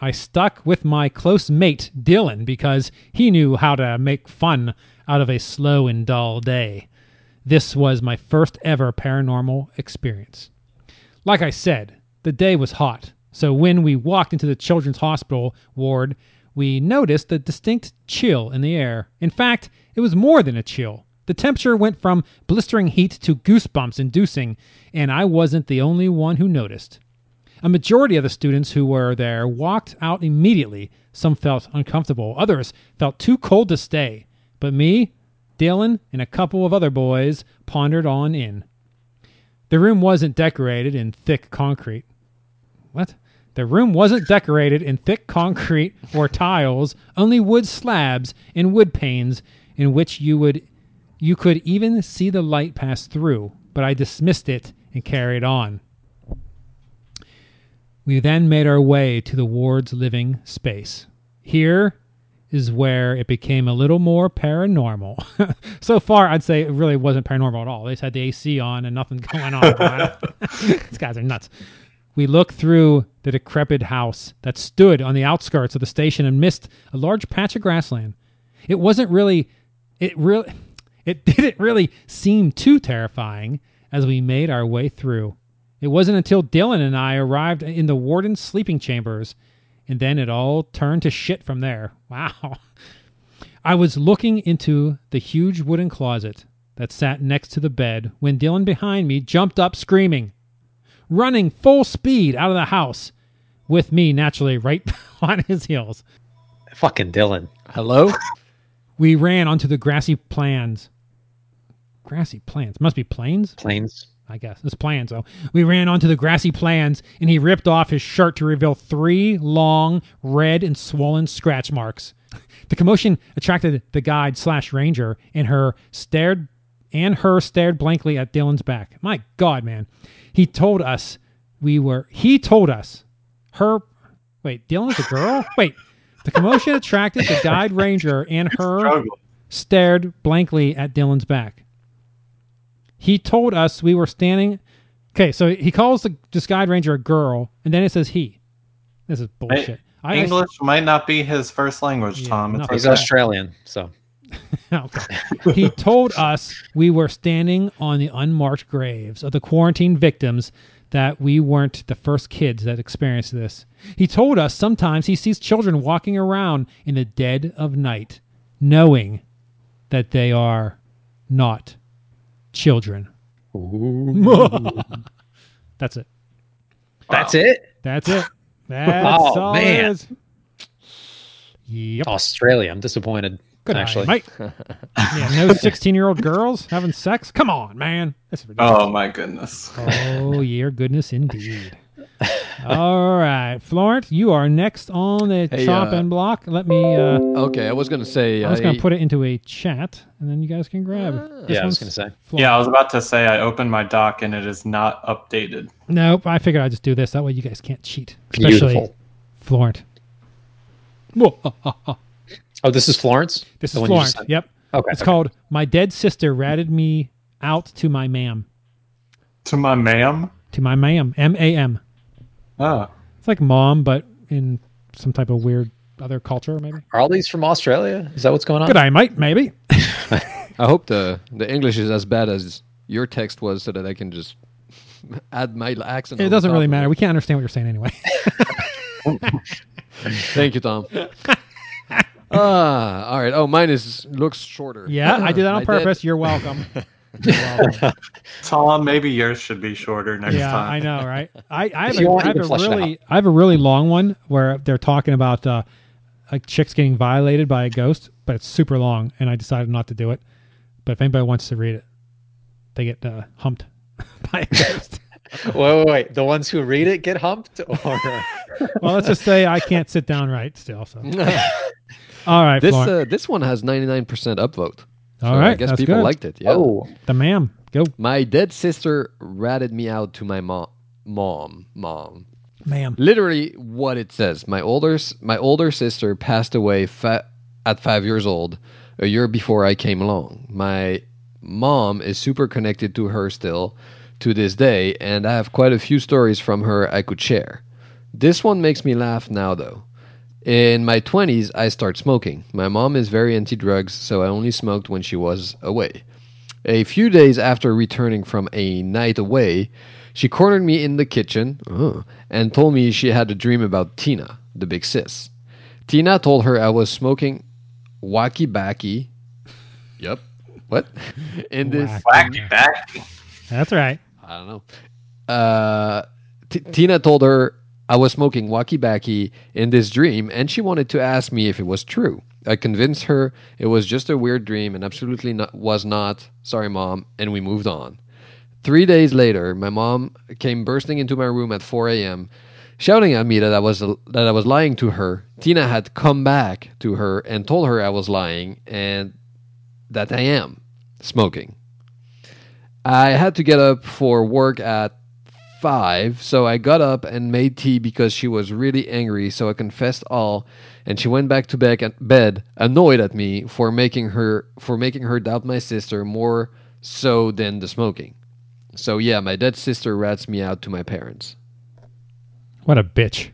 Speaker 3: I stuck with my close mate, Dylan, because he knew how to make fun out of a slow and dull day. This was my first ever paranormal experience. Like I said, the day was hot, so when we walked into the children's hospital ward, we noticed the distinct chill in the air. In fact, it was more than a chill. The temperature went from blistering heat to goosebumps inducing, and I wasn't the only one who noticed. A majority of the students who were there walked out immediately. Some felt uncomfortable, others felt too cold to stay. But me, Dylan, and a couple of other boys pondered on in. The room wasn't decorated in thick concrete. What? The room wasn't decorated in thick concrete or tiles, only wood slabs and wood panes in which you would you could even see the light pass through, but I dismissed it and carried on. We then made our way to the ward's living space. Here is where it became a little more paranormal. so far, I'd say it really wasn't paranormal at all. They just had the AC on and nothing going on. These guys are nuts. We looked through the decrepit house that stood on the outskirts of the station and missed a large patch of grassland. It wasn't really, it really, it didn't really seem too terrifying as we made our way through. It wasn't until Dylan and I arrived in the warden's sleeping chambers, and then it all turned to shit from there. Wow. I was looking into the huge wooden closet that sat next to the bed when Dylan behind me jumped up screaming, running full speed out of the house, with me naturally right on his heels.
Speaker 4: Fucking Dylan.
Speaker 5: Hello?
Speaker 3: We ran onto the grassy plains. Grassy plains? Must be plains?
Speaker 4: Planes.
Speaker 3: I guess. It's plans, though. We ran onto the grassy plans, and he ripped off his shirt to reveal three long, red and swollen scratch marks. The commotion attracted the guide slash ranger, and her stared and her stared blankly at Dylan's back. My God, man! He told us we were. He told us her. Wait, Dylan's a girl. Wait. The commotion attracted the guide ranger, and her
Speaker 7: Struggle.
Speaker 3: stared blankly at Dylan's back. He told us we were standing. Okay, so he calls the, this guide ranger a girl, and then it says he. This is bullshit. I- I-
Speaker 7: English might not be his first language,
Speaker 3: Yeah,
Speaker 7: Tom.
Speaker 3: no.
Speaker 4: He's
Speaker 7: okay.
Speaker 4: Australian, so
Speaker 3: Okay. he told us we were standing on the unmarked graves of the quarantine victims that we weren't the first kids that experienced this. He told us sometimes he sees children walking around in the dead of night, knowing that they are not children. That's it.
Speaker 4: that's it.
Speaker 3: That's it. That's
Speaker 4: Oh,
Speaker 3: all it
Speaker 4: man.
Speaker 3: is. Yep.
Speaker 4: Australia. I'm disappointed.
Speaker 3: Good
Speaker 4: actually,
Speaker 3: night, mate. yeah, no 16 year old girls having sex? Come on, man. That's ridiculous.
Speaker 7: Oh my goodness.
Speaker 3: Oh, your goodness indeed. All right, Florent, you are next on the
Speaker 5: Hey,
Speaker 3: chop
Speaker 5: uh,
Speaker 3: and block. Let me. Uh,
Speaker 5: Okay, I was gonna say.
Speaker 3: I was
Speaker 5: I-
Speaker 3: going to put it into a chat, and then you guys can grab.
Speaker 4: Ah. Yeah, I was gonna say.
Speaker 7: Yeah, I was about to say I opened my doc and it is not updated.
Speaker 3: Nope. I figured I'd just do this. That way, you guys can't cheat, especially
Speaker 4: Beautiful.
Speaker 3: Florent. Whoa, ha, ha, ha.
Speaker 4: Oh, this is Florence.
Speaker 3: This
Speaker 4: The
Speaker 3: is
Speaker 4: one you just
Speaker 3: Florent.
Speaker 4: sent?
Speaker 3: Yep.
Speaker 4: Okay,
Speaker 3: It's
Speaker 4: okay.
Speaker 3: called "My Dead Sister Ratted Me Out to My Mam."
Speaker 7: To my ma'am.
Speaker 3: To my mam, M A M.
Speaker 7: Oh.
Speaker 3: It's like mom, but in some type of weird other culture, maybe.
Speaker 4: Are all these from Australia? Is that what's going on?
Speaker 3: Good eye, mate. Maybe.
Speaker 5: I hope the the English is as bad as your text was, so that I can just add my accent.
Speaker 3: It
Speaker 5: on
Speaker 3: doesn't
Speaker 5: top
Speaker 3: really
Speaker 5: of
Speaker 3: matter.
Speaker 5: it.
Speaker 3: We can't understand what you're saying anyway.
Speaker 5: Thank you, Tom. ah, all right. Oh, mine is looks shorter.
Speaker 3: Yeah, I did that on
Speaker 5: I
Speaker 3: purpose. You're welcome. You're welcome.
Speaker 7: Tom, maybe yours should be shorter next
Speaker 3: yeah,
Speaker 7: time.
Speaker 3: I know, right? I, I have,
Speaker 4: you
Speaker 3: a,
Speaker 4: want,
Speaker 3: I have
Speaker 4: you can
Speaker 3: a
Speaker 4: flesh it
Speaker 3: really, I have a really long one where they're talking about uh, like chicks getting violated by a ghost, but it's super long, and I decided not to do it. But if anybody wants to read it, they get uh, humped by a ghost.
Speaker 4: Wait, wait, wait. The ones who read it get humped, or
Speaker 3: well, let's just say I can't sit down right still. So, all right,
Speaker 5: Mm-hmm. This
Speaker 3: Florent.
Speaker 5: uh, this one has ninety nine percent upvote. So
Speaker 3: All
Speaker 5: I
Speaker 3: right,
Speaker 5: guess
Speaker 3: that's
Speaker 5: people
Speaker 3: good.
Speaker 5: liked it. Yeah.
Speaker 3: the ma'am, go,
Speaker 5: My dead sister ratted me out to my mom. Mom, mom.
Speaker 3: ma'am.
Speaker 5: Literally, what it says. My older s- my older sister passed away fa- at five years old, a year before I came along. My mom is super connected to her still, to this day, and I have quite a few stories from her I could share. This one makes me laugh now though. In my 20s, I start smoking. My mom is very anti drugs, so I only smoked when she was away. A few days after returning from a night away, she cornered me in the kitchen uh, and told me she had a dream about Tina, the big sis. Tina told her I was smoking wacky backy. Yep. What? In this
Speaker 7: Wacky back.
Speaker 3: That's right.
Speaker 5: I don't know. Uh, T- Tina told her I was smoking walkie backy in this dream, and she wanted to ask me if it was true. I convinced her it was just a weird dream and absolutely not, was not. Sorry, mom. And we moved on. Three days later, my mom came bursting into my room at 4 a.m., shouting at me that I was that I was lying to her. Tina had come back to her and told her I was lying and that I am smoking. I had to get up for work at five, so I got up and made tea because she was really angry, so I confessed all, and she went back to bed, bed annoyed at me for making her for making her doubt my sister more so than the smoking. So yeah, my dead sister rats me out to my parents.
Speaker 3: What a bitch.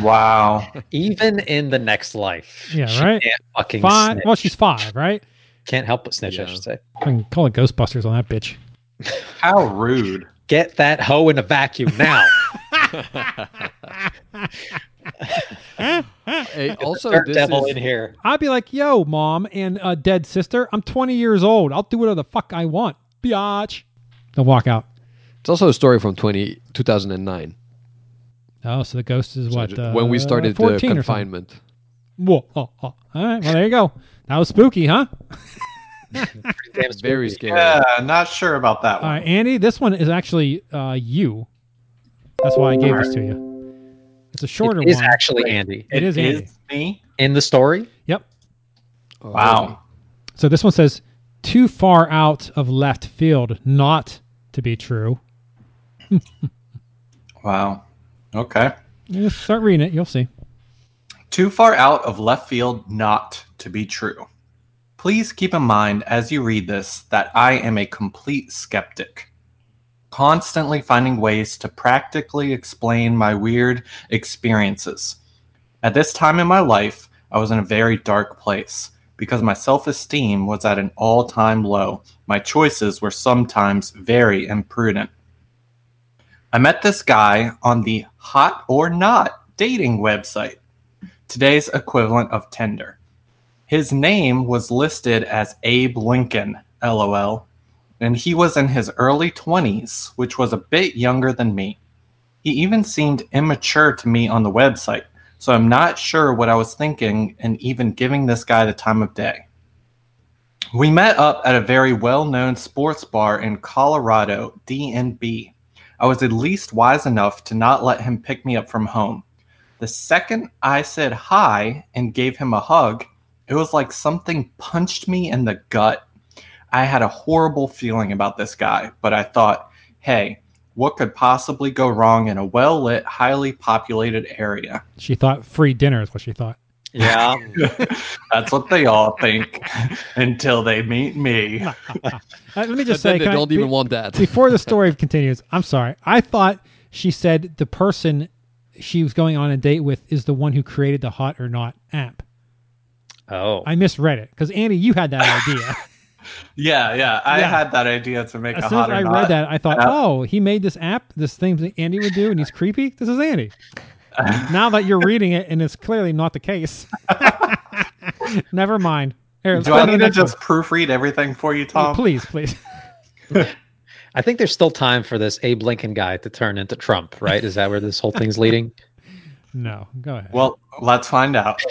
Speaker 7: Wow.
Speaker 4: Even in the next life,
Speaker 3: Yeah,
Speaker 4: she
Speaker 3: right?
Speaker 4: Can't fucking
Speaker 3: Five.
Speaker 4: snitch.
Speaker 3: Well, she's five, right?
Speaker 4: can't help but snitch. I
Speaker 5: Yeah.
Speaker 4: should say.
Speaker 3: I can call it Ghostbusters on that bitch.
Speaker 7: How rude.
Speaker 4: Get that hoe in a vacuum now.
Speaker 5: Hey, also,
Speaker 4: Dirt
Speaker 5: this
Speaker 4: devil
Speaker 5: is-
Speaker 4: in here.
Speaker 3: I'd be like, yo, mom and uh, dead sister, I'm 20 years old. I'll do whatever the fuck I want. Biatch. Then walk out.
Speaker 5: it's also a story from 20, 2009,
Speaker 3: Oh, so the ghost is
Speaker 5: so
Speaker 3: what?
Speaker 5: ju- when we
Speaker 3: uh,
Speaker 5: started the
Speaker 3: 14 or something.
Speaker 5: confinement.
Speaker 3: Whoa. Oh, oh. All right. Well, there you go. That was spooky, huh?
Speaker 4: Damn
Speaker 5: Very
Speaker 4: spooky.
Speaker 5: scary.
Speaker 7: Yeah, not sure about that
Speaker 3: All
Speaker 7: one.
Speaker 3: right, Andy, this one is actually uh, you. That's why I gave this to you. It's a shorter
Speaker 4: It is
Speaker 3: one.
Speaker 4: actually Andy
Speaker 3: it is Andy.
Speaker 7: me.
Speaker 4: in the story.
Speaker 3: Yep.
Speaker 5: Oh,
Speaker 7: Wow.
Speaker 3: So this one says, too far out of left field not to be true.
Speaker 7: Wow. Okay.
Speaker 3: You just start reading it. You'll see.
Speaker 7: Too far out of left field not to be true. Please keep in mind as you read this that I am a complete skeptic, constantly finding ways to practically explain my weird experiences. At this time in my life, I was in a very dark place because my self esteem was at an all time low. My choices were sometimes very imprudent. I met this guy on the hot or not dating website today's equivalent of Tinder. His name was listed as Abe Lincoln, lol, and he was in his early 20s, which was a bit younger than me. He even seemed immature to me on the website, so I'm not sure what I was thinking in even giving this guy the time of day. We met up at a very well known sports bar in Colorado, DNB. I was at least wise enough to not let him pick me up from home. The second I said hi and gave him a hug, it was like something punched me in the gut. I had a horrible feeling about this guy, but I thought, hey, what could possibly go wrong in a well lit, highly populated area?
Speaker 3: She thought free dinner is what she thought.
Speaker 4: Yeah.
Speaker 7: That's what they all think until they meet me.
Speaker 3: Uh, let me just
Speaker 5: But then
Speaker 3: say,
Speaker 5: they
Speaker 3: can I-
Speaker 5: don't even
Speaker 3: be-
Speaker 5: want that.
Speaker 3: before the story continues, I'm sorry. I thought she said the person she was going on a date with is the one who created the hot or not app.
Speaker 4: oh.
Speaker 3: I misread it because Andy, you had that idea.
Speaker 7: Yeah, yeah. I
Speaker 3: Yeah.
Speaker 7: had that idea to make
Speaker 3: as
Speaker 7: a
Speaker 3: soon as
Speaker 7: hot or
Speaker 3: I
Speaker 7: not. Uh,
Speaker 3: read that, I thought,
Speaker 7: app.
Speaker 3: oh, he made this app, this thing that Andy would do, and he's creepy. This is Andy. now that you're reading it, and it's clearly not the case. Never mind. Here, let's
Speaker 7: Do
Speaker 3: go to
Speaker 7: I
Speaker 3: the
Speaker 7: need to
Speaker 3: next one.
Speaker 7: just um, proofread everything for you, Tom?
Speaker 3: please, please?
Speaker 4: I think there's still time for this Abe Lincoln guy to turn into Trump, right? Is that where this whole thing's leading?
Speaker 3: No, go ahead.
Speaker 7: Well, let's find out.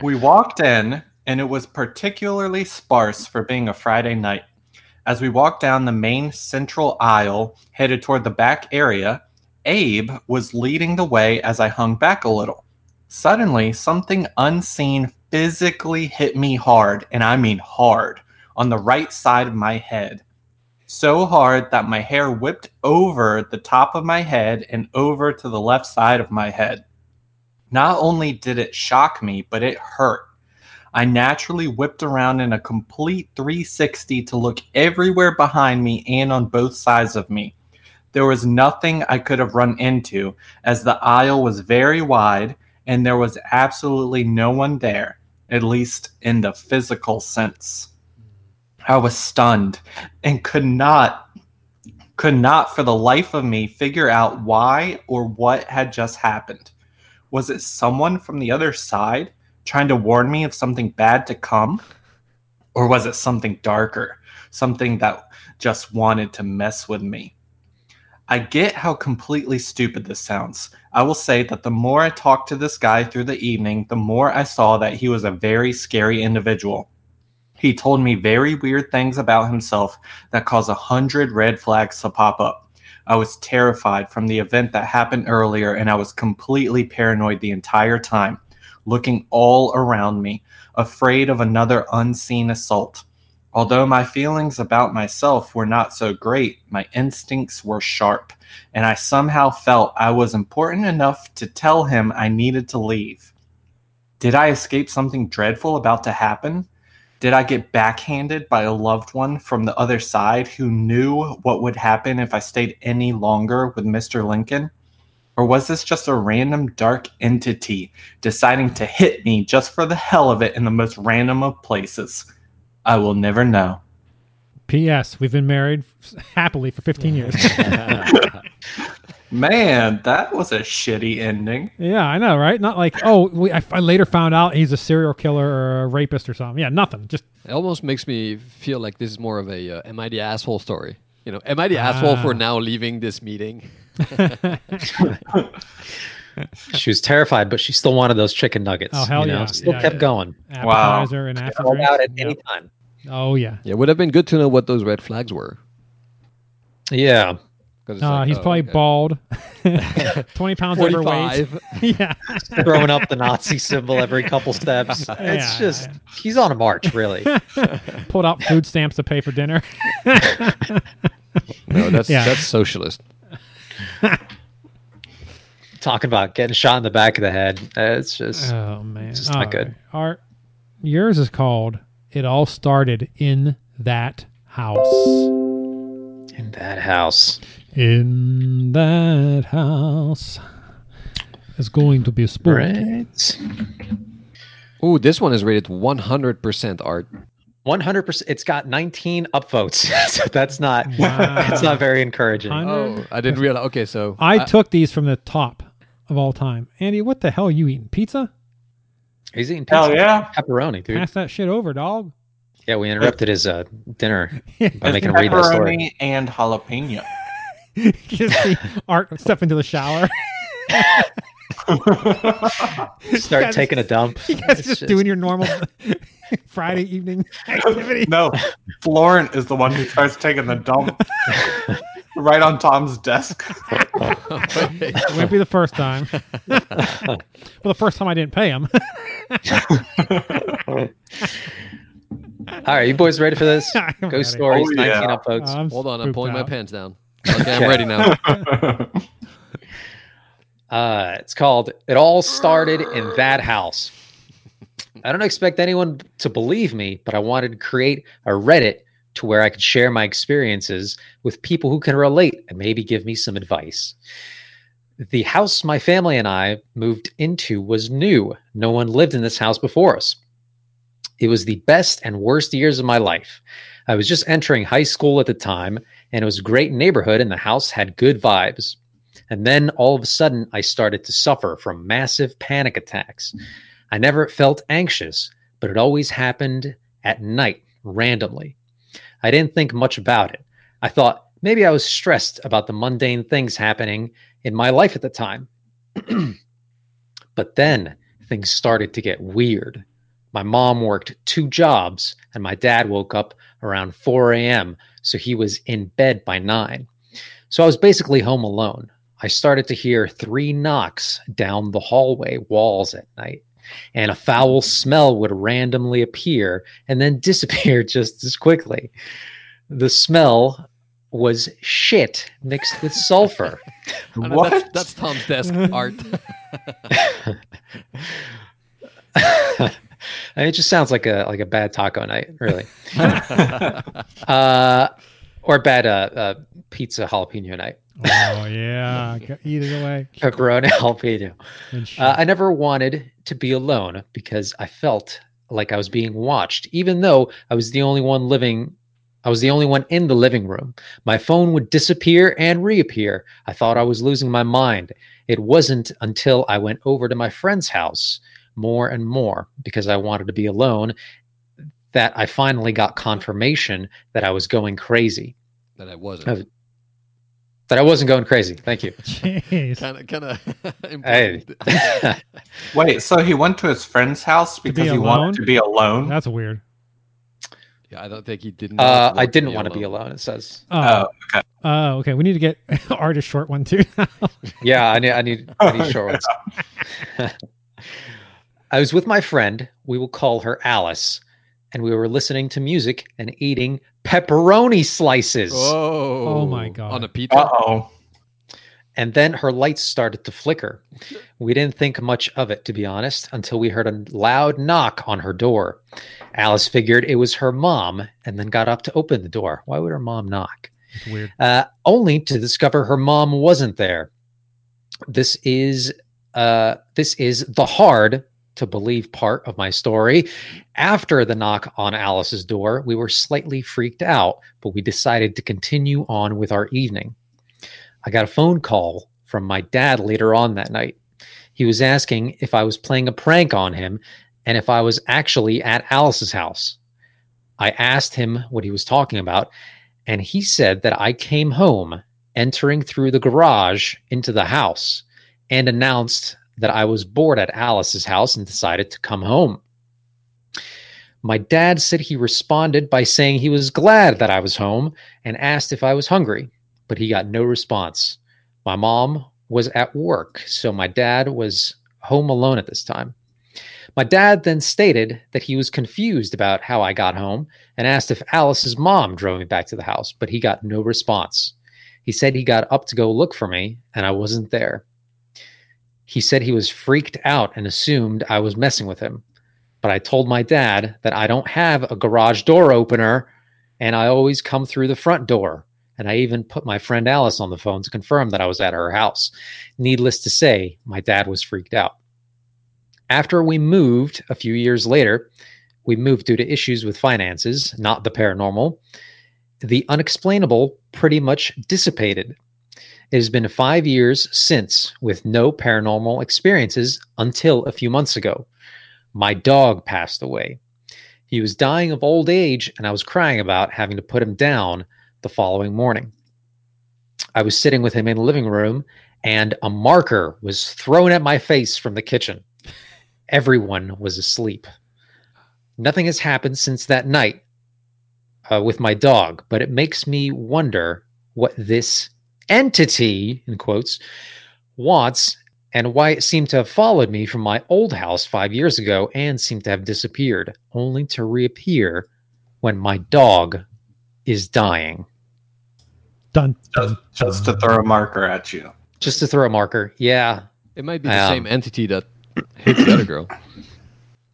Speaker 7: we walked in, and it was particularly sparse for being a Friday night. As we walked down the main central aisle, headed toward the back area, Abe was leading the way as I hung back a little. Suddenly, something unseen physically hit me hard, and I mean hard, on the right side of my head. So hard that my hair whipped over the top of my head and over to the left side of my head. Not only did it shock me, but it hurt. I naturally whipped around in a complete 360 to look everywhere behind me and on both sides of me. There was nothing I could have run into, as the aisle was very wide and there was absolutely no one there, at least in the physical sense. I was stunned and could not could not for the life of me figure out why or what had just happened. Was it someone from the other side trying to warn me of something bad to come? Or was it something darker, something that just wanted to mess with me? I get how completely stupid this sounds. I will say that the more I talked to this guy through the evening, the more I saw that he was a very scary individual. He told me very weird things about himself that caused a hundred red flags to pop up. I was terrified from the event that happened earlier, and I was completely paranoid the entire time, looking all around me, afraid of another unseen assault. Although my feelings about myself were not so great, my instincts were sharp, and I somehow felt I was important enough to tell him I needed to leave. Did I escape something dreadful about to happen? Did I get backhanded by a loved one from the other side who knew what would happen if I stayed any longer with Mr. Lincoln? Or was this just a random dark entity deciding to hit me just for the hell of it in the most random of places? I will never know.
Speaker 3: P.S. We've been married happily for 15 years.
Speaker 7: Man, that was a shitty ending.
Speaker 3: yeah, I know, right? Not like, oh, we, I, I later found out he's a serial killer or a rapist or something. Yeah, nothing. Just
Speaker 5: It almost makes me feel like this is more of a uh, "Am I the asshole?" story. You know, am I
Speaker 3: Ah.
Speaker 5: the asshole for now leaving this meeting?
Speaker 4: She was terrified, but she still wanted those chicken nuggets.
Speaker 3: Oh, hell
Speaker 4: you know?
Speaker 3: yeah.
Speaker 4: Still
Speaker 3: Yeah,
Speaker 4: kept
Speaker 3: yeah.
Speaker 4: going.
Speaker 3: appetizer and after
Speaker 4: All
Speaker 3: drinks.
Speaker 4: out at any
Speaker 3: Yep.
Speaker 4: time.
Speaker 3: Oh, yeah.
Speaker 5: Yeah, it would have been good to know what those red flags were.
Speaker 4: Yeah.
Speaker 5: 'Cause it's
Speaker 3: Uh,
Speaker 5: like,
Speaker 3: he's
Speaker 5: oh,
Speaker 3: probably
Speaker 5: okay.
Speaker 3: bald, 20 pounds overweight.
Speaker 5: 45.
Speaker 3: yeah.
Speaker 4: Throwing up the Nazi symbol every couple steps.
Speaker 3: Yeah,
Speaker 4: It's just, he's on a march, really.
Speaker 3: Pulled out food stamps to pay for dinner.
Speaker 5: No, that's
Speaker 3: Yeah.
Speaker 5: that's socialist.
Speaker 4: Talking about getting shot in the back of the head. Uh, It's just,
Speaker 3: Oh man,
Speaker 4: just not
Speaker 3: All
Speaker 4: good.
Speaker 3: right. Our yours is called "It All Started in That House."
Speaker 4: in that house.
Speaker 3: In that house, it's going to be spooky.
Speaker 4: Right.
Speaker 5: Ooh, this one is rated 100% art.
Speaker 4: 100%. It's got 19 upvotes. so that's not, it's not very encouraging.
Speaker 3: Hundred-
Speaker 5: Oh, I didn't realize. Okay, so
Speaker 4: Uh,
Speaker 5: uh,
Speaker 3: I took these from the top of all time. Andy, what the hell are you eating? Pizza?
Speaker 4: He's eating pizza.
Speaker 7: Hell yeah.
Speaker 4: Pepperoni, dude.
Speaker 3: Pass that shit over, dog.
Speaker 4: Yeah, we interrupted his uh, dinner by
Speaker 7: It's
Speaker 4: making him read that story.
Speaker 7: pepperoni and jalapeno.
Speaker 3: Just see Art step into the shower.
Speaker 4: Start
Speaker 3: guys-
Speaker 4: taking a dump.
Speaker 3: You guys
Speaker 4: It's
Speaker 3: just, doing your normal Friday evening activity.
Speaker 7: No, Florent is the one who starts taking the dump right on Tom's desk.
Speaker 3: It won't be the first time. well, the first time I didn't pay him.
Speaker 4: All right, you boys ready for this?
Speaker 3: I'm ready.
Speaker 4: Go stories,
Speaker 7: Oh, yeah.
Speaker 4: 19 up folks.
Speaker 3: I'm
Speaker 5: hold on, I'm
Speaker 3: spooked
Speaker 5: pulling my
Speaker 3: out.
Speaker 5: pants down. Okay, I'm ready now.
Speaker 4: Uh, it's called It All Started in That House. I don't expect anyone to believe me, but I wanted to create a Reddit to where I could share my experiences with people who can relate and maybe give me some advice. The house my family and I moved into was new. No one lived in this house before us. It was the best and worst years of my life. I was just entering high school at the time, and it was a great neighborhood, and the house had good vibes. And then all of a sudden, I started to suffer from massive panic attacks. I never felt anxious, but it always happened at night randomly. I didn't think much about it. I thought maybe I was stressed about the mundane things happening in my life at the time. but then things started to get weird. My mom worked two jobs, and my dad woke up around 4 a.m., so he was in bed by 9. So I was basically home alone. I started to hear three knocks down the hallway walls at night, and a foul smell would randomly appear and then disappear just as quickly. The smell was shit mixed with sulfur.
Speaker 5: And
Speaker 7: what?
Speaker 5: That's, that's Tom's desk art.
Speaker 4: I mean, it just sounds like a like a bad taco night, really, uh, or bad uh, uh, pizza jalapeno night,
Speaker 3: Oh yeah, Go- eat it away.
Speaker 4: pepperoni jalapeno.
Speaker 3: And shit.
Speaker 4: Uh, I never wanted to be alone because I felt like I was being watched, even though I was the only one living. I was the only one in the living room. My phone would disappear and reappear. I thought I was losing my mind. It wasn't until I went over to my friend's house more and more because I wanted to be alone that I finally got confirmation that I was going crazy.
Speaker 5: that I
Speaker 4: Of-
Speaker 5: wasn't.
Speaker 4: That I wasn't going crazy. Thank you.
Speaker 3: Jeez.
Speaker 5: Kind of, kind of.
Speaker 4: Hey.
Speaker 7: Wait, so he went to his friend's house
Speaker 3: be
Speaker 7: because he wanted
Speaker 3: alone?
Speaker 7: to be alone?
Speaker 3: That's weird.
Speaker 5: Yeah, I don't think he didn't.
Speaker 4: Uh, I didn't want to be alone. It says.
Speaker 3: Oh, okay. okay. We need to get Art a short one too.
Speaker 4: Yeah, I need I need, I need short ones. I was with my friend, we will call her Alice, and we were listening to music and eating pepperoni slices.
Speaker 5: Oh,
Speaker 3: Oh my God.
Speaker 5: On a pizza.
Speaker 7: Uh oh.
Speaker 4: And then her lights started to flicker. We didn't think much of it, to be honest, until we heard a loud knock on her door. Alice figured it was her mom and then got up to open the door. Why would her mom knock?
Speaker 3: It's weird.
Speaker 4: Uh, only to discover her mom wasn't there. This is uh, this is the hard to believe part of my story. After the knock on Alice's door, we were slightly freaked out, but we decided to continue on with our evening. I got a phone call from my dad later on that night. He was asking if I was playing a prank on him and if I was actually at Alice's house. I asked him what he was talking about, and he said that I came home entering through the garage into the house and announced that I was bored at Alice's house and decided to come home. My dad said he responded by saying he was glad that I was home and asked if I was hungry, but he got no response. My mom was at work, so my dad was home alone at this time. My dad then stated that he was confused about how I got home and asked if Alice's mom drove me back to the house, but he got no response. He said he got up to go look for me, and I wasn't there. He said he was freaked out and assumed I was messing with him. But I told my dad that I don't have a garage door opener and I always come through the front door. And I even put my friend Alice on the phone to confirm that I was at her house. Needless to say, my dad was freaked out. After we moved a few years later, we moved due to issues with finances, not the paranormal. The unexplainable pretty much dissipated. It has been five years since with no paranormal experiences until a few months ago. My dog passed away. He was dying of old age, and I was crying about having to put him down the following morning. I was sitting with him in the living room, and a marker was thrown at my face from the kitchen. Everyone was asleep. Nothing has happened since that night uh, with my dog, but it makes me wonder what this entity, in quotes, wants and why it seemed to have followed me from my old house five years ago and seemed to have disappeared, only to reappear when my dog is dying.
Speaker 3: Dun,
Speaker 7: Just,
Speaker 3: dun,
Speaker 7: just to
Speaker 3: dun.
Speaker 7: throw a marker at you.
Speaker 4: Just to throw a marker. Yeah.
Speaker 5: It might be the
Speaker 4: Um,
Speaker 5: same entity that hit the other girl.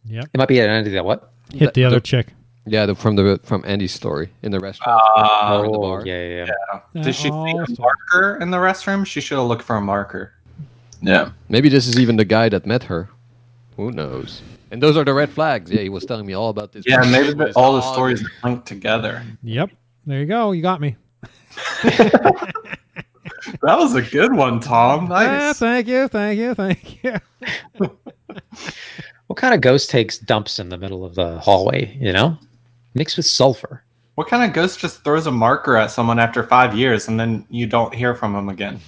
Speaker 4: It might be an entity that what?
Speaker 3: hit the other chick.
Speaker 5: Yeah, the, from the from Andy's story in the restaurant.
Speaker 7: Uh,
Speaker 5: in the bar.
Speaker 4: yeah, yeah, yeah.
Speaker 7: did she see
Speaker 3: Oh,
Speaker 7: a marker in the restroom? She should have looked for a marker. Yeah.
Speaker 5: Maybe this is even the guy that met her. Who knows? And those are the red flags. Yeah, he was telling me all about this.
Speaker 7: Yeah, maybe
Speaker 5: This
Speaker 7: the, all the
Speaker 5: dog.
Speaker 7: stories are linked together.
Speaker 3: Yep. There you go. You got me.
Speaker 7: That was a good one, Tom.
Speaker 3: Ah,
Speaker 7: Nice.
Speaker 3: thank you. Thank you. Thank you.
Speaker 4: What kind of ghost takes dumps in the middle of the hallway, you know? Mixed with sulfur.
Speaker 7: What kind of ghost just throws a marker at someone after five years and then you don't hear from him again?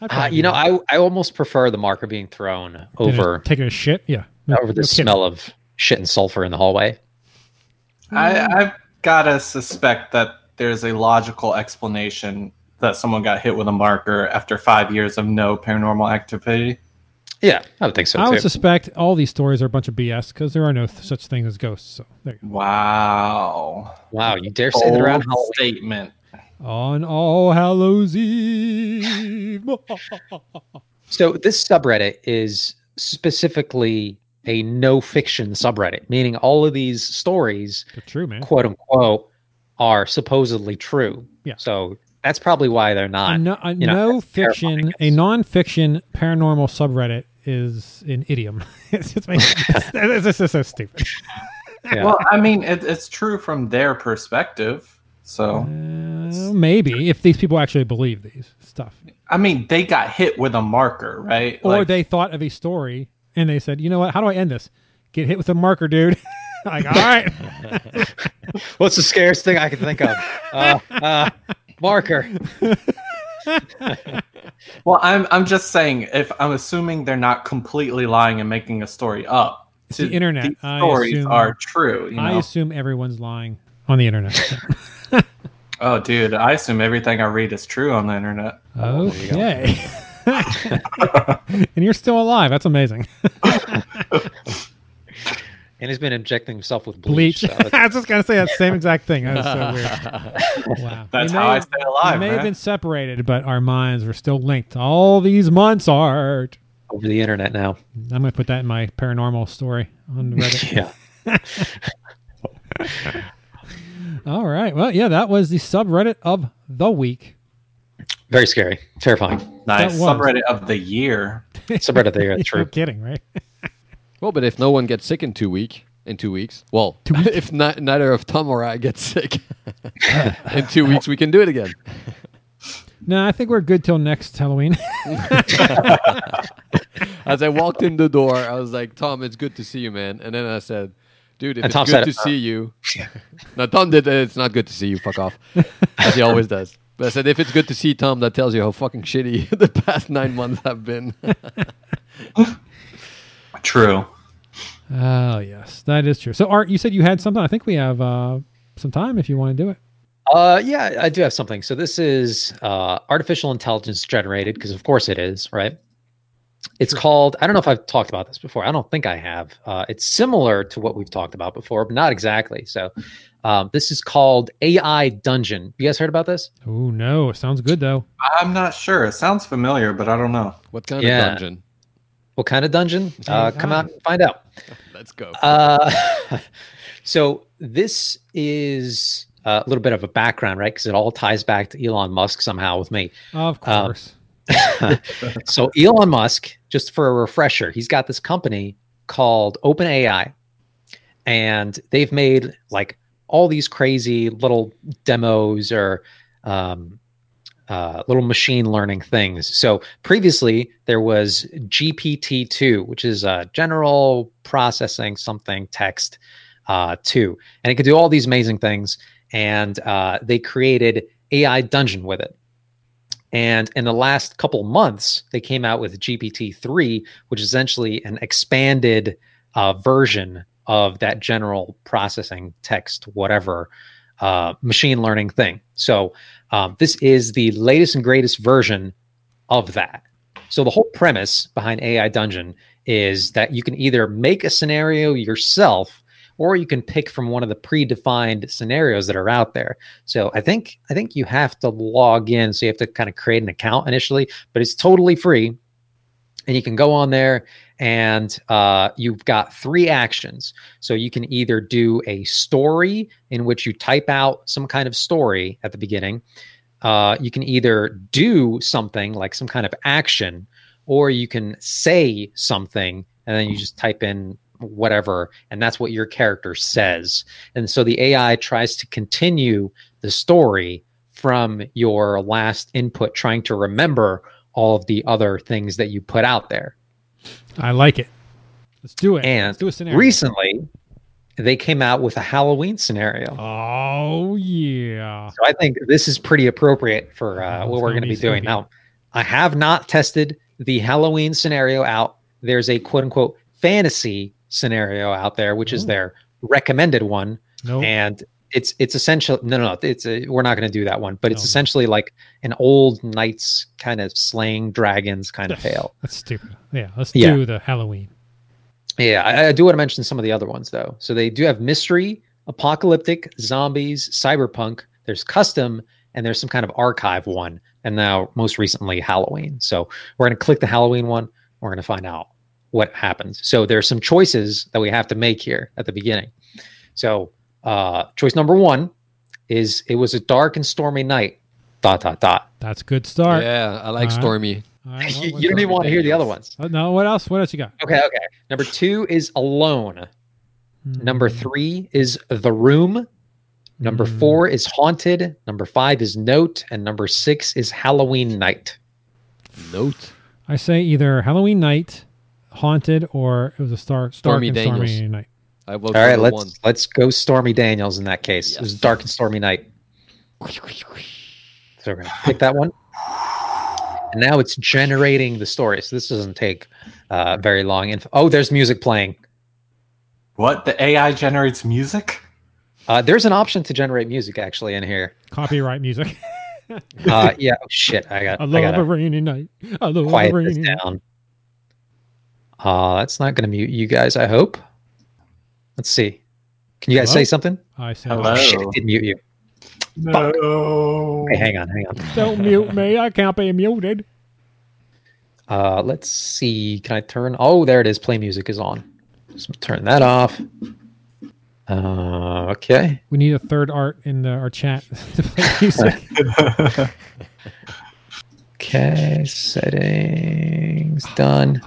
Speaker 3: I'd
Speaker 4: Uh,
Speaker 3: probably
Speaker 4: you know,
Speaker 3: do
Speaker 4: I, I almost prefer the marker being thrown
Speaker 3: that. Taking a-
Speaker 4: over
Speaker 3: taking a shit. Yeah. No-
Speaker 4: over the
Speaker 3: no kidding.
Speaker 4: smell of shit and sulfur in the hallway.
Speaker 7: I, I've got to suspect that there's a logical explanation that someone got hit with a marker after five years of no paranormal activity.
Speaker 4: Yeah, I would think so
Speaker 3: I
Speaker 4: too.
Speaker 3: would suspect all these stories are a bunch of BS because there are no th- such things as ghosts. So there you
Speaker 7: Wow.
Speaker 4: wow, you dare say that around
Speaker 7: Bold
Speaker 4: Halloween?
Speaker 7: statement.
Speaker 3: go. On All Hallows Eve.
Speaker 4: So this subreddit is specifically a no fiction subreddit, meaning all of these stories,
Speaker 3: They're true, man.
Speaker 4: quote unquote, are supposedly true.
Speaker 3: Yeah.
Speaker 4: So that's probably why they're
Speaker 3: A
Speaker 4: not.
Speaker 3: no, a
Speaker 4: you know,
Speaker 3: no fiction, a non-fiction paranormal subreddit is an idiom. it's just makes- it's just- it's so stupid.
Speaker 4: Yeah.
Speaker 7: Well, I mean, it, it's true from their perspective. So,
Speaker 3: Uh, maybe if these people actually believe these stuff,
Speaker 7: I mean, they got hit with a marker, right?
Speaker 3: or
Speaker 7: Like,
Speaker 3: they thought of a story and they said, "You know what? How do I end this? Get hit with a marker, dude." like, all right,
Speaker 4: What's the scariest thing I can think of? uh, uh, marker.
Speaker 7: Well, I'm I'm just saying if I'm assuming they're not completely lying and making a story up.
Speaker 3: It's the internet.
Speaker 7: These
Speaker 3: I
Speaker 7: stories
Speaker 3: assume-
Speaker 7: are true. You
Speaker 3: I
Speaker 7: know?
Speaker 3: assume everyone's lying on the internet.
Speaker 7: oh, dude, I assume everything I read is true on the internet.
Speaker 4: Oh,
Speaker 3: okay, and you're still alive. That's amazing.
Speaker 4: and he's been injecting himself with bleach.
Speaker 3: Bleach.
Speaker 4: so it's-
Speaker 3: I was just gonna say that same exact thing. That was so weird. Wow.
Speaker 7: That's
Speaker 3: We may
Speaker 7: how I
Speaker 3: have-
Speaker 7: stay alive,
Speaker 3: We may have
Speaker 7: man.
Speaker 3: been separated, but our minds were still linked all these months. Art.
Speaker 4: over the internet now.
Speaker 3: I'm gonna put that in my paranormal story on Reddit.
Speaker 4: Yeah.
Speaker 3: all right. Well, yeah, that was the subreddit of the week.
Speaker 4: Very scary. Terrifying.
Speaker 7: Nice
Speaker 3: That was.
Speaker 7: subreddit of the year.
Speaker 4: Subreddit there.
Speaker 3: You're
Speaker 4: that's True.
Speaker 3: kidding, right?
Speaker 5: Well, but if no one gets sick in two week, in two weeks, well, if ni- neither of Tom or I get sick in two weeks, we can do it again.
Speaker 3: No, I think we're good till next Halloween.
Speaker 5: As I walked in the door, I was like, "Tom, it's good to see you, man." And then I said, "Dude, if
Speaker 4: And
Speaker 5: it's
Speaker 4: Tom
Speaker 5: good
Speaker 4: said uh,
Speaker 5: to
Speaker 4: it.
Speaker 5: see you," now Tom did. uh, It's not good to see you. Fuck off, as he always does. But I said, "If it's good to see Tom, that tells you how fucking shitty the past nine months have been."
Speaker 7: True.
Speaker 3: oh yes, that is true. So Art, you said you had something. I think we have uh, some time if you want to do it.
Speaker 4: Uh, yeah, I do have something. So this is uh, artificial intelligence generated because, of course, it is right. It's called. I don't know if I've talked about this before. I don't think I have. Uh, it's similar to what we've talked about before, but not exactly. So um, this is called AI Dungeon. You guys heard about this?
Speaker 3: Oh no, it sounds good though.
Speaker 7: I'm not sure. It sounds familiar, but I don't know.
Speaker 5: what kind
Speaker 4: Yeah.
Speaker 5: of dungeon?
Speaker 4: What kind of dungeon? Uh, come out and find out.
Speaker 5: Let's go.
Speaker 4: Uh, so this is uh, a little bit of a background, right? Because it all ties back to Elon Musk somehow with me.
Speaker 3: Of
Speaker 4: Um,
Speaker 3: course.
Speaker 4: so Elon Musk, just for a refresher, he's got this company called OpenAI, and they've made like all these crazy little demos or um, uh, little machine learning things. So previously there was GPT two, which is uh, general processing something text uh, two, and it could do all these amazing things. And uh, they created AI Dungeon with it. And in the last couple months, they came out with GPT-3, which is essentially an expanded uh, version of that general processing text, whatever uh, machine learning thing. So um, this is the latest and greatest version of that. So the whole premise behind AI Dungeon is that you can either make a scenario yourself, or you can pick from one of the predefined scenarios that are out there. So I think I think you have to log in. So you have to kind of create an account initially, but it's totally free. And you can go on there and uh, you've got three actions. So you can either do a story in which you type out some kind of story at the beginning. Uh, you can either do something like some kind of action, or you can say something and then you just type in whatever. And that's what your character says. And so the AI tries to continue the story from your last input, trying to remember all of the other things that you put out there.
Speaker 3: I like it. Let's do it.
Speaker 4: And
Speaker 3: Let's do a scenario.
Speaker 4: recently, they came out with a Halloween scenario.
Speaker 3: Oh yeah.
Speaker 4: So I think this is pretty appropriate for uh,
Speaker 3: Oh,
Speaker 4: what
Speaker 3: it's
Speaker 4: we're
Speaker 3: gonna
Speaker 4: going to
Speaker 3: be
Speaker 4: be doing.
Speaker 3: spooky.
Speaker 4: Now, I have not tested the Halloween scenario out. There's a quote unquote fantasy scenario out there, which is
Speaker 3: Ooh.
Speaker 4: their recommended one.
Speaker 3: No.
Speaker 4: and it's it's essential no no no, it's a, we're not going to do that one but
Speaker 3: No,
Speaker 4: it's
Speaker 3: no.
Speaker 4: essentially like an old knights kind of slaying dragons kind of tale
Speaker 3: That's stupid. Yeah. Let's
Speaker 4: Yeah.
Speaker 3: do the Halloween.
Speaker 4: yeah I, I do want to mention some of the other ones though so they do have mystery apocalyptic zombies cyberpunk there's custom and there's some kind of archive one and now most recently halloween so we're going to click the halloween one we're going to find out what happens so there's some choices that we have to make here at the beginning so uh choice number one is it was a dark and stormy night dot dot dot
Speaker 3: That's good start.
Speaker 5: yeah, I like
Speaker 3: Alright.
Speaker 5: Stormy.
Speaker 3: All right, what
Speaker 4: you
Speaker 3: was
Speaker 4: don't
Speaker 3: that?
Speaker 4: even want to hear the other ones
Speaker 3: Oh, no. What else? What else you got?
Speaker 4: okay okay number two is alone Number
Speaker 3: Hmm.
Speaker 4: three is The Room. Number
Speaker 3: Mm.
Speaker 4: four is Haunted. Number five is Note. And number six is Halloween Night.
Speaker 5: Note.
Speaker 3: I say either Halloween night, haunted, or it was a star
Speaker 5: Stormy
Speaker 3: dark and stormy
Speaker 5: Daniels.
Speaker 3: night.
Speaker 5: I vote
Speaker 4: All
Speaker 5: for
Speaker 4: right,
Speaker 5: the
Speaker 4: let's
Speaker 5: one.
Speaker 4: let's go Stormy Daniels in that case. It was
Speaker 5: Yes.
Speaker 4: Dark and Stormy Night. So we're gonna pick that one. And now it's generating the story. So this doesn't take uh, very long. And oh, there's music playing.
Speaker 7: What? The AI generates music?
Speaker 4: Uh, there's an option to generate music actually in here.
Speaker 3: Copyright music.
Speaker 4: Uh, yeah. Oh, shit, I got.
Speaker 3: I
Speaker 4: I
Speaker 3: love
Speaker 4: gotta-
Speaker 3: a rainy night. I love
Speaker 4: quiet
Speaker 3: a
Speaker 4: this
Speaker 3: rainy night.
Speaker 4: down. Uh, that's not going to mute you guys, I hope. Let's see. Can you guys
Speaker 2: Hello?
Speaker 4: say something?
Speaker 3: I said,
Speaker 7: Hello?
Speaker 4: Oh, shit, I did mute you.
Speaker 7: No.
Speaker 4: Okay, hang on, hang on.
Speaker 3: don't mute me. I can't be muted.
Speaker 4: Uh, let's see. Can I turn? Oh, there it is. Play music is on. Let's turn that off. Uh, okay.
Speaker 3: We need a third art in the, our chat to play music.
Speaker 4: Okay. Settings done.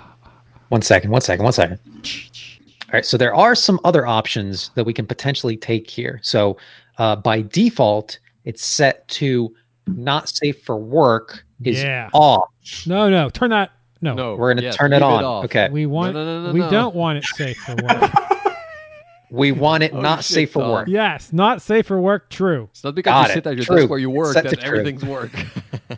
Speaker 4: One second. One second. One second. All right. So there are some other options that we can potentially take here. So uh, by default, it's set to not safe for work is
Speaker 3: Yeah.
Speaker 4: off.
Speaker 3: no, no, turn that. No,
Speaker 5: No,
Speaker 4: We're gonna
Speaker 5: yes,
Speaker 4: turn it
Speaker 5: leave
Speaker 4: on.
Speaker 5: off.
Speaker 4: okay.
Speaker 3: we
Speaker 4: We,
Speaker 3: want.
Speaker 5: No, no, no, no,
Speaker 3: we
Speaker 5: no.
Speaker 3: don't want it safe for work.
Speaker 4: want it
Speaker 5: Oh,
Speaker 4: not
Speaker 5: shit,
Speaker 4: safe for
Speaker 5: dog.
Speaker 4: work.
Speaker 3: yes, not safe for work. True.
Speaker 5: It's not because
Speaker 4: Got
Speaker 5: you
Speaker 4: it.
Speaker 5: sit at your
Speaker 4: True.
Speaker 5: desk where you work
Speaker 4: Set to
Speaker 5: that
Speaker 4: true.
Speaker 5: everything's work.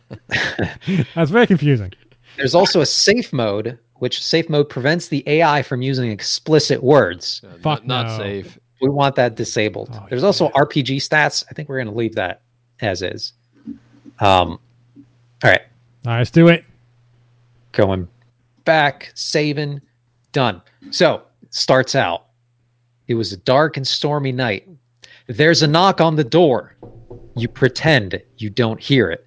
Speaker 3: That's very confusing.
Speaker 4: There's also a safe mode, which safe mode prevents the AI from using explicit words.
Speaker 3: Fuck
Speaker 5: not,
Speaker 3: no.
Speaker 5: not safe.
Speaker 4: We want that disabled.
Speaker 3: Oh,
Speaker 4: There's also RPG stats. I think we're going to leave that as is. Um, all right,
Speaker 3: All right, let's do it.
Speaker 4: going back, saving, done. So starts out. It was a dark and stormy night. There's a knock on the door. You pretend you don't hear it,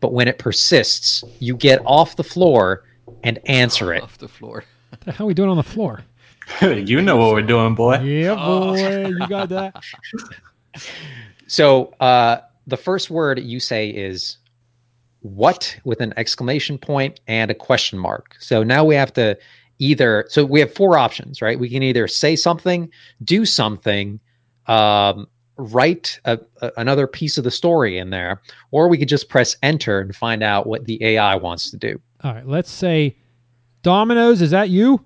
Speaker 4: but when it persists, you get off the floor and answer it.
Speaker 5: Off the floor.
Speaker 3: The hell are we doing on the floor?
Speaker 7: you know what we're doing, boy.
Speaker 3: Yeah,
Speaker 5: Oh.
Speaker 3: boy, you got that.
Speaker 4: So uh, the first word you say is what with an exclamation point and a question mark. So now we have to either, so we have four options, right? We can either say something, do something, um, write a, a- another piece of the story in there, or we could just press enter and find out what the AI wants to do.
Speaker 3: All right, let's say, Domino's, is that you?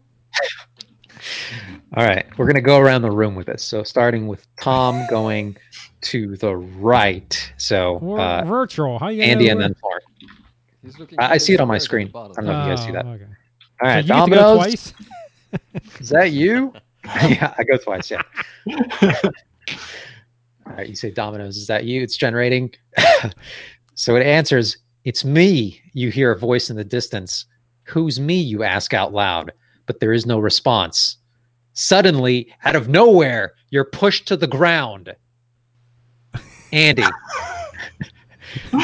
Speaker 4: All right, we're going to go around the room with this. So starting with Tom going to the right. So
Speaker 3: Or
Speaker 4: uh,
Speaker 3: virtual? How you gonna
Speaker 4: Andy
Speaker 3: know
Speaker 4: and
Speaker 3: where-
Speaker 4: then Florence.
Speaker 5: He's looking
Speaker 4: I- I
Speaker 5: for the
Speaker 4: see it on my
Speaker 5: squares
Speaker 4: screen.
Speaker 5: at the bottom.
Speaker 4: I don't know. if you guys see that.
Speaker 3: Oh, Okay. So
Speaker 4: All right,
Speaker 3: you get to go
Speaker 4: Domino's.
Speaker 3: twice.
Speaker 4: Is that you? yeah, I go twice. Yeah. All right, you say Domino's. Is that you? It's generating. so it answers, It's me. You hear a voice in the distance. Who's me? You ask out loud, but there is no response. Suddenly, out of nowhere, you're pushed to the ground. Andy,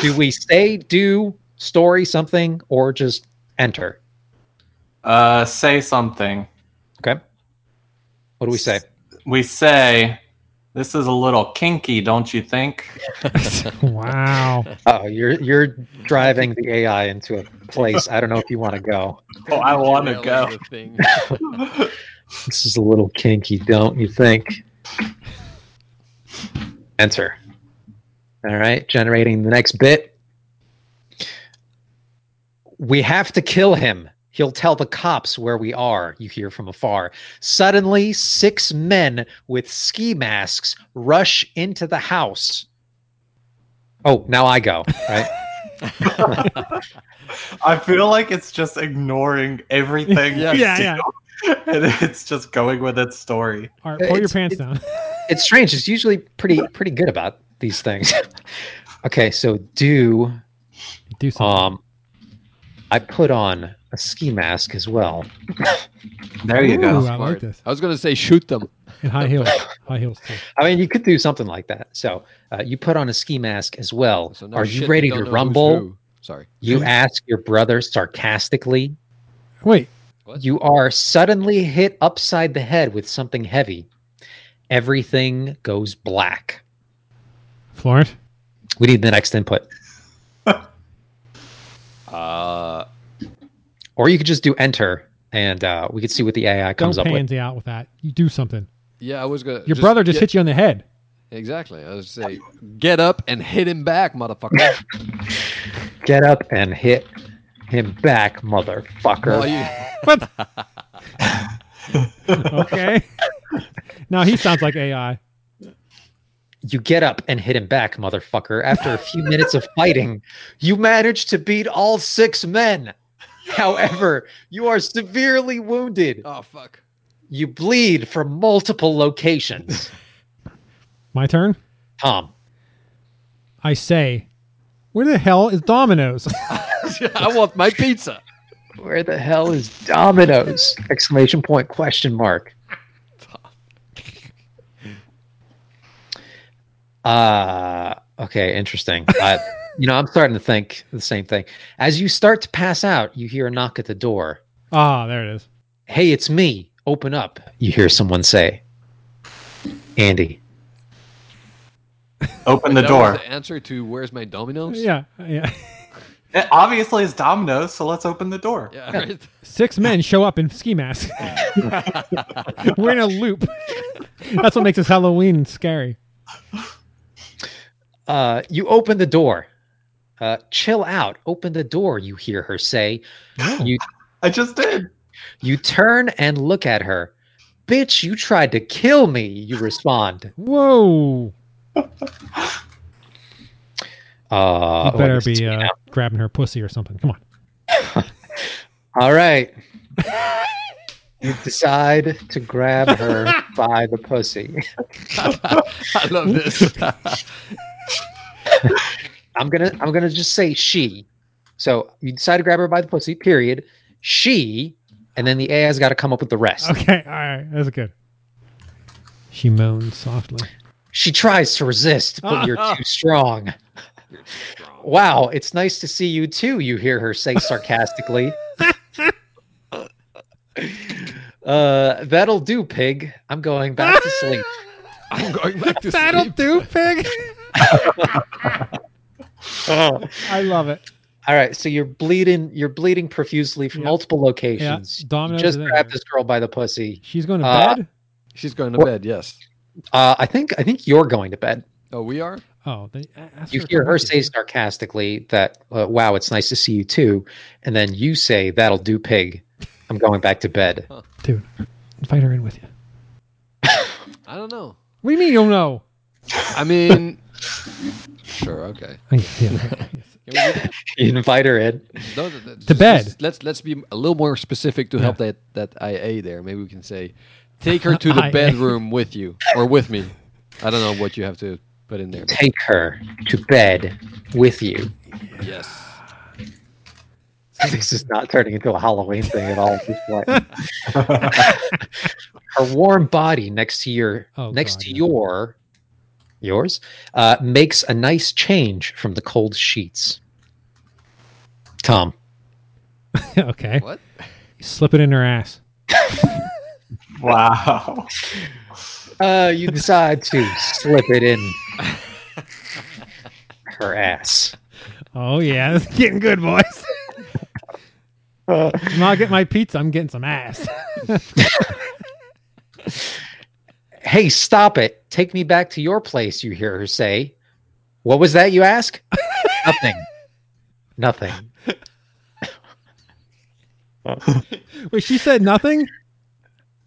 Speaker 4: do we say, do, story something, or just enter?
Speaker 7: Uh, say something.
Speaker 4: Okay. What do we say?
Speaker 7: We say, this is a little kinky, don't you think?
Speaker 3: wow.
Speaker 4: Oh, you're you're driving the AI into a place I don't know if you want to go.
Speaker 7: Oh, I
Speaker 5: Apparently
Speaker 7: wanna
Speaker 5: derailing
Speaker 7: go.
Speaker 5: the thing.
Speaker 4: This is a little kinky, don't you think? Enter. All right, generating the next bit. We have to kill him. He'll tell the cops where we are, you hear from afar. Suddenly, six men with ski masks rush into the house. Oh, now I go, right?
Speaker 7: I feel like it's just ignoring everything.
Speaker 5: Yeah,
Speaker 7: we
Speaker 3: yeah,
Speaker 7: do,
Speaker 3: yeah.
Speaker 7: And it's just going with its story.
Speaker 3: All right, pull your
Speaker 4: It's-
Speaker 3: pants down.
Speaker 4: it's- it's strange. It's usually pretty pretty good about these things. okay, so do
Speaker 3: Do something.
Speaker 4: um I put on a ski mask as well.
Speaker 7: There you
Speaker 3: Ooh,
Speaker 7: go.
Speaker 3: I like
Speaker 5: Smart.
Speaker 3: this.
Speaker 5: I was gonna say shoot them.
Speaker 3: And high heels. High heels too.
Speaker 4: I mean, you could do something like that. So uh, you put on a ski mask as well.
Speaker 5: So no
Speaker 4: Are
Speaker 5: shit,
Speaker 4: you
Speaker 5: we
Speaker 4: ready
Speaker 5: don't
Speaker 4: to
Speaker 5: know who's
Speaker 4: rumble?
Speaker 5: who. Sorry.
Speaker 4: You ask your brother sarcastically.
Speaker 3: Wait,
Speaker 5: What?
Speaker 4: You are suddenly hit upside the head with something heavy. Everything goes black.
Speaker 3: Florent.
Speaker 4: We need the next input.
Speaker 5: Uh,
Speaker 4: Or you could just do enter and uh, we could see what the AI comes
Speaker 3: Don't
Speaker 4: up with.
Speaker 3: pansy out with that. You do something.
Speaker 5: yeah, I was gonna.
Speaker 3: Your brother just hit you on the head.
Speaker 5: you. Exactly. I was say, get up and hit him back, motherfucker.
Speaker 4: get up and hit him back, motherfucker.
Speaker 5: Well, you-
Speaker 3: What? okay. now he sounds like AI.
Speaker 4: you get up and hit him back, motherfucker. After a few minutes of fighting, you manage to beat all six men. However, you are severely wounded.
Speaker 5: oh fuck.
Speaker 4: You bleed from multiple locations.
Speaker 3: My turn.
Speaker 4: Tom,
Speaker 3: I say, where the hell is Domino's?
Speaker 5: I want my pizza.
Speaker 4: where the hell is Domino's? Exclamation point, question mark. Uh okay, interesting. I, you know, I'm starting to think the same thing. As you start to pass out, you hear a knock at the door.
Speaker 3: Ah, there it is.
Speaker 4: Hey, it's me. Open up. You hear someone say. Andy.
Speaker 7: Open the
Speaker 5: That
Speaker 7: door.
Speaker 5: was the answer to where's my dominoes?
Speaker 3: Yeah, yeah.
Speaker 7: It obviously is Domino's, so let's open the door.
Speaker 5: Yeah, right.
Speaker 3: Six men show up in ski masks. We're in a loop. That's what makes this Halloween scary.
Speaker 4: Uh, you open the door. Uh, chill out. Open the door. You hear her say. You
Speaker 7: I just did.
Speaker 4: you turn and look at her. Bitch, you tried to kill me. You respond.
Speaker 3: Whoa!
Speaker 4: Uh,
Speaker 3: You
Speaker 4: oh, I
Speaker 3: better
Speaker 4: guess it's
Speaker 3: be
Speaker 4: me
Speaker 3: uh,
Speaker 4: now.
Speaker 3: grabbing her pussy or something. Come on. uh,
Speaker 4: All right. you decide to grab her by the pussy.
Speaker 5: I love this.
Speaker 4: I'm gonna I'm gonna just say she. So you decide to grab her by the pussy, period. She, and then the A has got to come up with the rest.
Speaker 3: Okay, all right, that's good. She moans softly.
Speaker 4: She tries to resist, but you're too strong. Wow, it's nice to see you too, you hear her say sarcastically. uh, that'll do, pig. I'm going back to sleep.
Speaker 5: I'm going back to
Speaker 3: That'll
Speaker 5: sleep.
Speaker 3: do, pig. I love it.
Speaker 4: All right, so you're bleeding. You're bleeding profusely from
Speaker 3: Yep.
Speaker 4: multiple locations.
Speaker 3: Yeah, dominoes
Speaker 4: you just
Speaker 3: is in
Speaker 4: grabbed
Speaker 3: there.
Speaker 4: this girl by the pussy.
Speaker 3: She's going to
Speaker 4: Uh,
Speaker 3: bed.
Speaker 5: She's going to
Speaker 4: What-
Speaker 5: bed, yes.
Speaker 4: Uh, I think. I think you're going to bed.
Speaker 5: Oh, we are?
Speaker 3: Oh, then ask
Speaker 4: You
Speaker 3: if
Speaker 4: hear her
Speaker 3: wants
Speaker 4: say
Speaker 3: it.
Speaker 4: sarcastically that, uh, "Wow, it's nice to see you too," and then you say, "That'll do, pig. I'm going back to bed."
Speaker 3: "Dude, invite her in with you."
Speaker 5: I don't know.
Speaker 3: What do you mean you don't know?
Speaker 5: I mean, sure, okay.
Speaker 3: Oh, yeah, yeah, yeah.
Speaker 5: Can we do that?
Speaker 4: You invite her in.
Speaker 5: No, that- that-
Speaker 3: To bed.
Speaker 5: Let's, let's let's be a little more specific to help that that IA there. Maybe we can say, take her to the
Speaker 3: IA.
Speaker 5: bedroom with you or with me. I don't know what you have to put in there. but
Speaker 4: Take her to bed with you.
Speaker 5: Yes.
Speaker 4: This is not turning into a Halloween thing at all. at this point. Her warm body next to your
Speaker 3: Oh,
Speaker 4: next
Speaker 3: God,
Speaker 4: to
Speaker 3: yeah.
Speaker 4: your yours uh, makes a nice change from the cold sheets. Tom,
Speaker 3: okay,
Speaker 5: What?
Speaker 3: slip it in her ass.
Speaker 7: Wow.
Speaker 4: uh, you decide to slip it in her ass.
Speaker 3: Oh yeah, this is getting good, boys. I'm not getting my pizza. I'm getting some ass.
Speaker 4: Hey, stop it! Take me back to your place. You hear her say, "What was that?" You ask. Nothing. Nothing.
Speaker 3: Wait, she said nothing.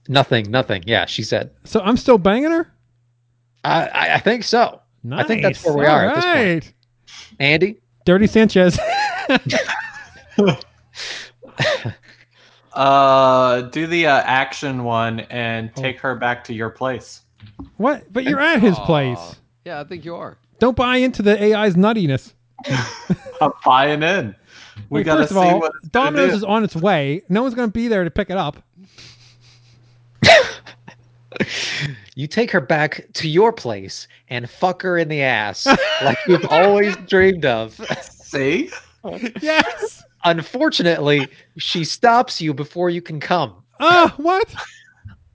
Speaker 4: Nothing. Nothing. Yeah, she said.
Speaker 3: So I'm still banging her.
Speaker 4: I, I, I think so.
Speaker 3: Nice.
Speaker 4: think that's where we are
Speaker 3: All
Speaker 4: at this point.
Speaker 3: right.
Speaker 4: Andy,
Speaker 3: Dirty Sanchez.
Speaker 7: Uh, do the uh, action one and
Speaker 3: Oh.
Speaker 7: take her back to your place.
Speaker 3: what? But you're at his
Speaker 5: Aw.
Speaker 3: place.
Speaker 5: Yeah, I think you are.
Speaker 3: Don't buy into the AI's nuttiness.
Speaker 7: I'm buying in. We
Speaker 3: Wait,
Speaker 7: gotta
Speaker 3: first
Speaker 7: see
Speaker 3: of all,
Speaker 7: what it's gonna
Speaker 3: Domino's
Speaker 7: do.
Speaker 3: is on its way. No one's going to be there to pick it up.
Speaker 4: you take her back to your place and fuck her in the ass like you've always dreamed of.
Speaker 7: See,
Speaker 3: Yes.
Speaker 4: Unfortunately, she stops you before you can come.
Speaker 3: Ah, what?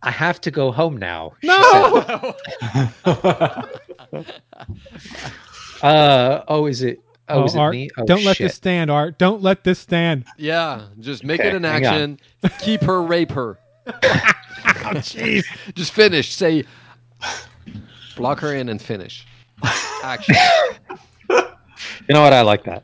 Speaker 4: I have to go home now. she
Speaker 3: No.
Speaker 4: said. Uh, oh, is it? Oh, is it
Speaker 3: Art,
Speaker 4: me? Oh,
Speaker 3: don't let
Speaker 4: shit.
Speaker 3: this stand, Art. Don't let this stand.
Speaker 5: Yeah, just make it
Speaker 4: Okay,
Speaker 5: an
Speaker 4: hang on.
Speaker 5: action. Keep her, rape her.
Speaker 7: Oh,
Speaker 5: Jeez. Just finish. Say, block her in and finish. Action.
Speaker 4: You know what? I like that.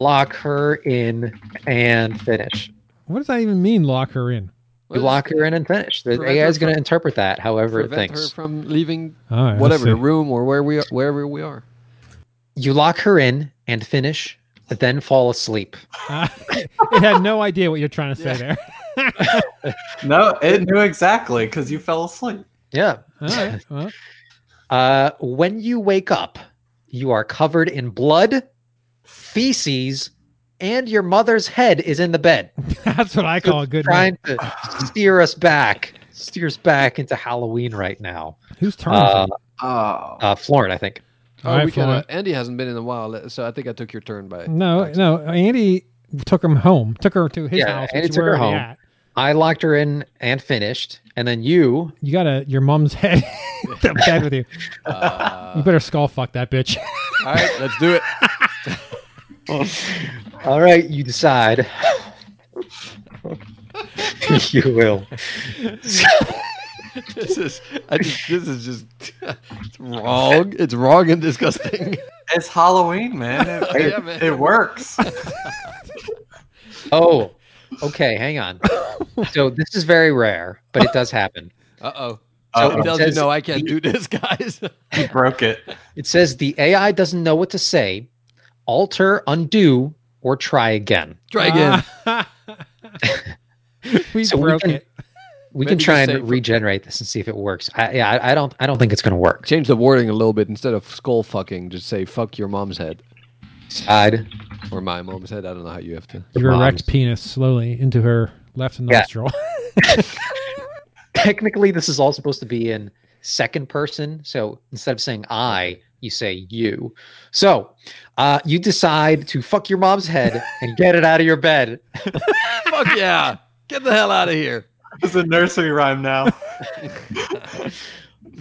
Speaker 4: Lock her in and finish.
Speaker 3: What does that even mean? Lock her in.
Speaker 4: You lock her in and finish. The
Speaker 5: Prevent
Speaker 4: AI
Speaker 5: her
Speaker 4: is going to
Speaker 5: from-
Speaker 4: interpret that however it
Speaker 5: Prevent her
Speaker 4: thinks.
Speaker 5: from leaving
Speaker 3: All right, let's
Speaker 5: whatever
Speaker 3: see.
Speaker 5: the room or where we are, wherever we are.
Speaker 4: You lock her in and finish, but then fall asleep.
Speaker 3: Ah, it had no idea what you're trying to say there.
Speaker 7: no, it knew exactly because you fell asleep.
Speaker 4: Yeah.
Speaker 3: All right. Well,
Speaker 4: Uh, when you wake up, you are covered in blood, feces, and your mother's head is in the bed,
Speaker 3: that's what I call a good night.
Speaker 4: trying to steer us back, steer us back into Halloween right now.
Speaker 3: Who's turn?
Speaker 4: Uh,
Speaker 3: is
Speaker 7: Oh,
Speaker 4: Uh, Florin, I think.
Speaker 5: Oh,
Speaker 3: All right,
Speaker 5: we can, uh,
Speaker 3: Florent.
Speaker 5: Andy hasn't been in a while, le- so I think I took your turn by.
Speaker 3: No,
Speaker 5: accident.
Speaker 3: no. Andy took him home. Took her to his
Speaker 4: Yeah,
Speaker 3: house.
Speaker 4: Andy
Speaker 3: which
Speaker 4: took her
Speaker 3: we're already
Speaker 4: home.
Speaker 3: at.
Speaker 4: I locked her in and finished, and then you.
Speaker 3: You got a your mom's head. I'm bad with you. You
Speaker 5: Uh,
Speaker 3: better skull fuck that bitch.
Speaker 5: all right, let's do it.
Speaker 4: All right, you decide. you will.
Speaker 5: This is, I just, this is just it's wrong. It's wrong and disgusting.
Speaker 7: it's Halloween, man. It,
Speaker 5: Yeah,
Speaker 7: it-
Speaker 5: man.
Speaker 7: it works. Uh,
Speaker 4: Oh, okay. Hang on. So this is very rare, but it does happen.
Speaker 5: Uh oh.
Speaker 7: Uh-oh.
Speaker 5: it tells you
Speaker 4: says-
Speaker 5: no, I can't do this, guys.
Speaker 7: You broke it.
Speaker 4: It says the AI doesn't know what to say. Alter, undo, or try again.
Speaker 5: Try again.
Speaker 3: we
Speaker 4: So we
Speaker 3: broke
Speaker 4: can-
Speaker 3: it.
Speaker 4: We
Speaker 5: Maybe
Speaker 4: can try
Speaker 5: just say for-
Speaker 4: and regenerate this and see if it works. I, yeah, I, I don't. I don't think it's going to work.
Speaker 5: Change the wording a little bit. Instead of skull fucking, just say fuck your mom's head
Speaker 4: Side.
Speaker 5: or my mom's head. I don't know how you have to.
Speaker 3: Your
Speaker 4: Mom's-
Speaker 3: erect penis slowly into her left nostril.
Speaker 4: Technically, this is all supposed to be in second person. So instead of saying I, you say you. So uh, you decide to fuck your mom's head and get it out of your bed.
Speaker 5: fuck yeah. Get the hell out of here.
Speaker 7: It's a nursery rhyme now.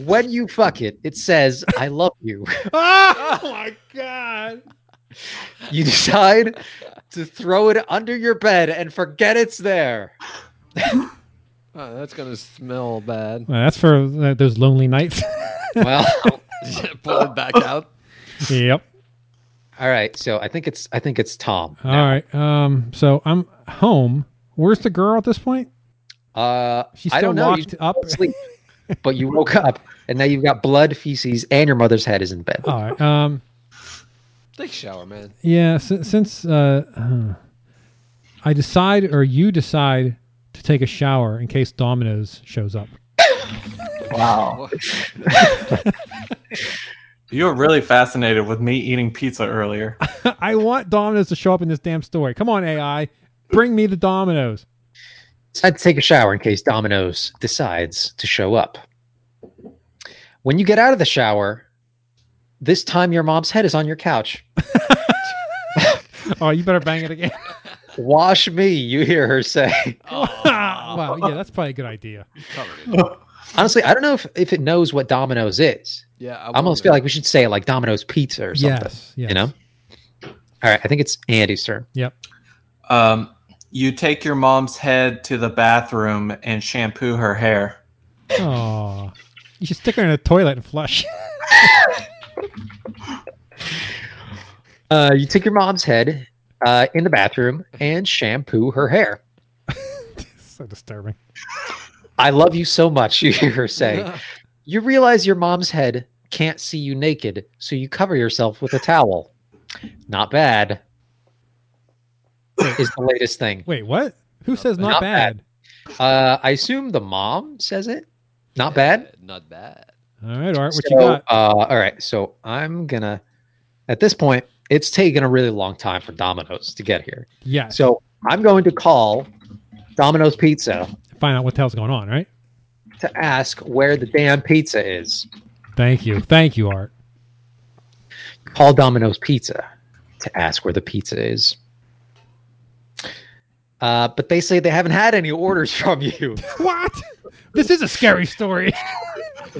Speaker 4: When you fuck it, it says I love you.
Speaker 3: oh my god!
Speaker 4: You decide to throw it under your bed and forget it's there.
Speaker 5: Oh, that's gonna smell bad.
Speaker 3: Well, that's for uh, those lonely nights.
Speaker 4: Well,
Speaker 5: Pull it back out.
Speaker 3: yep.
Speaker 4: all right. So I think it's I think it's Tom.
Speaker 3: All right. Um. So I'm home. Where's the girl at this point?
Speaker 4: Uh,
Speaker 3: She's
Speaker 4: I
Speaker 3: still
Speaker 4: don't know. You
Speaker 3: locked
Speaker 4: just
Speaker 3: up?
Speaker 4: fell asleep. but you woke up, and now you've got blood, feces, and your mother's head is in bed.
Speaker 3: All right. Um.
Speaker 5: Take a shower, man.
Speaker 3: Yeah, since, since uh, uh, I decide or you decide to take a shower in case Domino's shows up.
Speaker 7: Wow. you were really fascinated with me eating pizza earlier.
Speaker 3: I want Domino's to show up in this damn story. Come on, AI, bring me the Domino's.
Speaker 4: Decide to take a shower in case Domino's decides to show up. When you get out of the shower, this time your mom's head is on your couch.
Speaker 3: Oh, you better bang it again.
Speaker 4: Wash me, you hear her say.
Speaker 3: wow, yeah, that's probably a good idea.
Speaker 5: Covered it.
Speaker 4: Honestly, I don't know if, if it knows what Domino's is.
Speaker 5: Yeah, I
Speaker 4: I almost
Speaker 5: wonder.
Speaker 4: feel like we should say it like Domino's Pizza or something.
Speaker 3: Yes, yes.
Speaker 4: You know? All right, I think it's Andy's turn.
Speaker 3: Yep.
Speaker 7: Um, you take your mom's head to the bathroom and shampoo her hair.
Speaker 3: Oh, you should stick her in a toilet and flush.
Speaker 4: Uh, you take your mom's head uh, in the bathroom and shampoo her hair.
Speaker 3: so disturbing.
Speaker 4: I love you so much, you hear her say. You realize your mom's head can't see you naked, so you cover yourself with a towel. Not bad. Is the latest thing.
Speaker 3: Wait, what? Who says not,
Speaker 4: not
Speaker 3: bad?
Speaker 4: bad. Uh, I assume the mom says it. Not bad.
Speaker 5: Not bad.
Speaker 3: All right, all right, what
Speaker 4: so,
Speaker 3: you got?
Speaker 4: Uh, all right. So I'm gonna. At this point, it's taken a really long time for Domino's to get here.
Speaker 3: Yeah,
Speaker 4: So I'm going to call Domino's Pizza
Speaker 3: find out what the hell's going on, right?
Speaker 4: to ask where the damn pizza is.
Speaker 3: Thank you, thank you, Art.
Speaker 4: Call Domino's Pizza to ask where the pizza is. Uh, but they say they haven't had any orders from you.
Speaker 3: What? This is a scary story.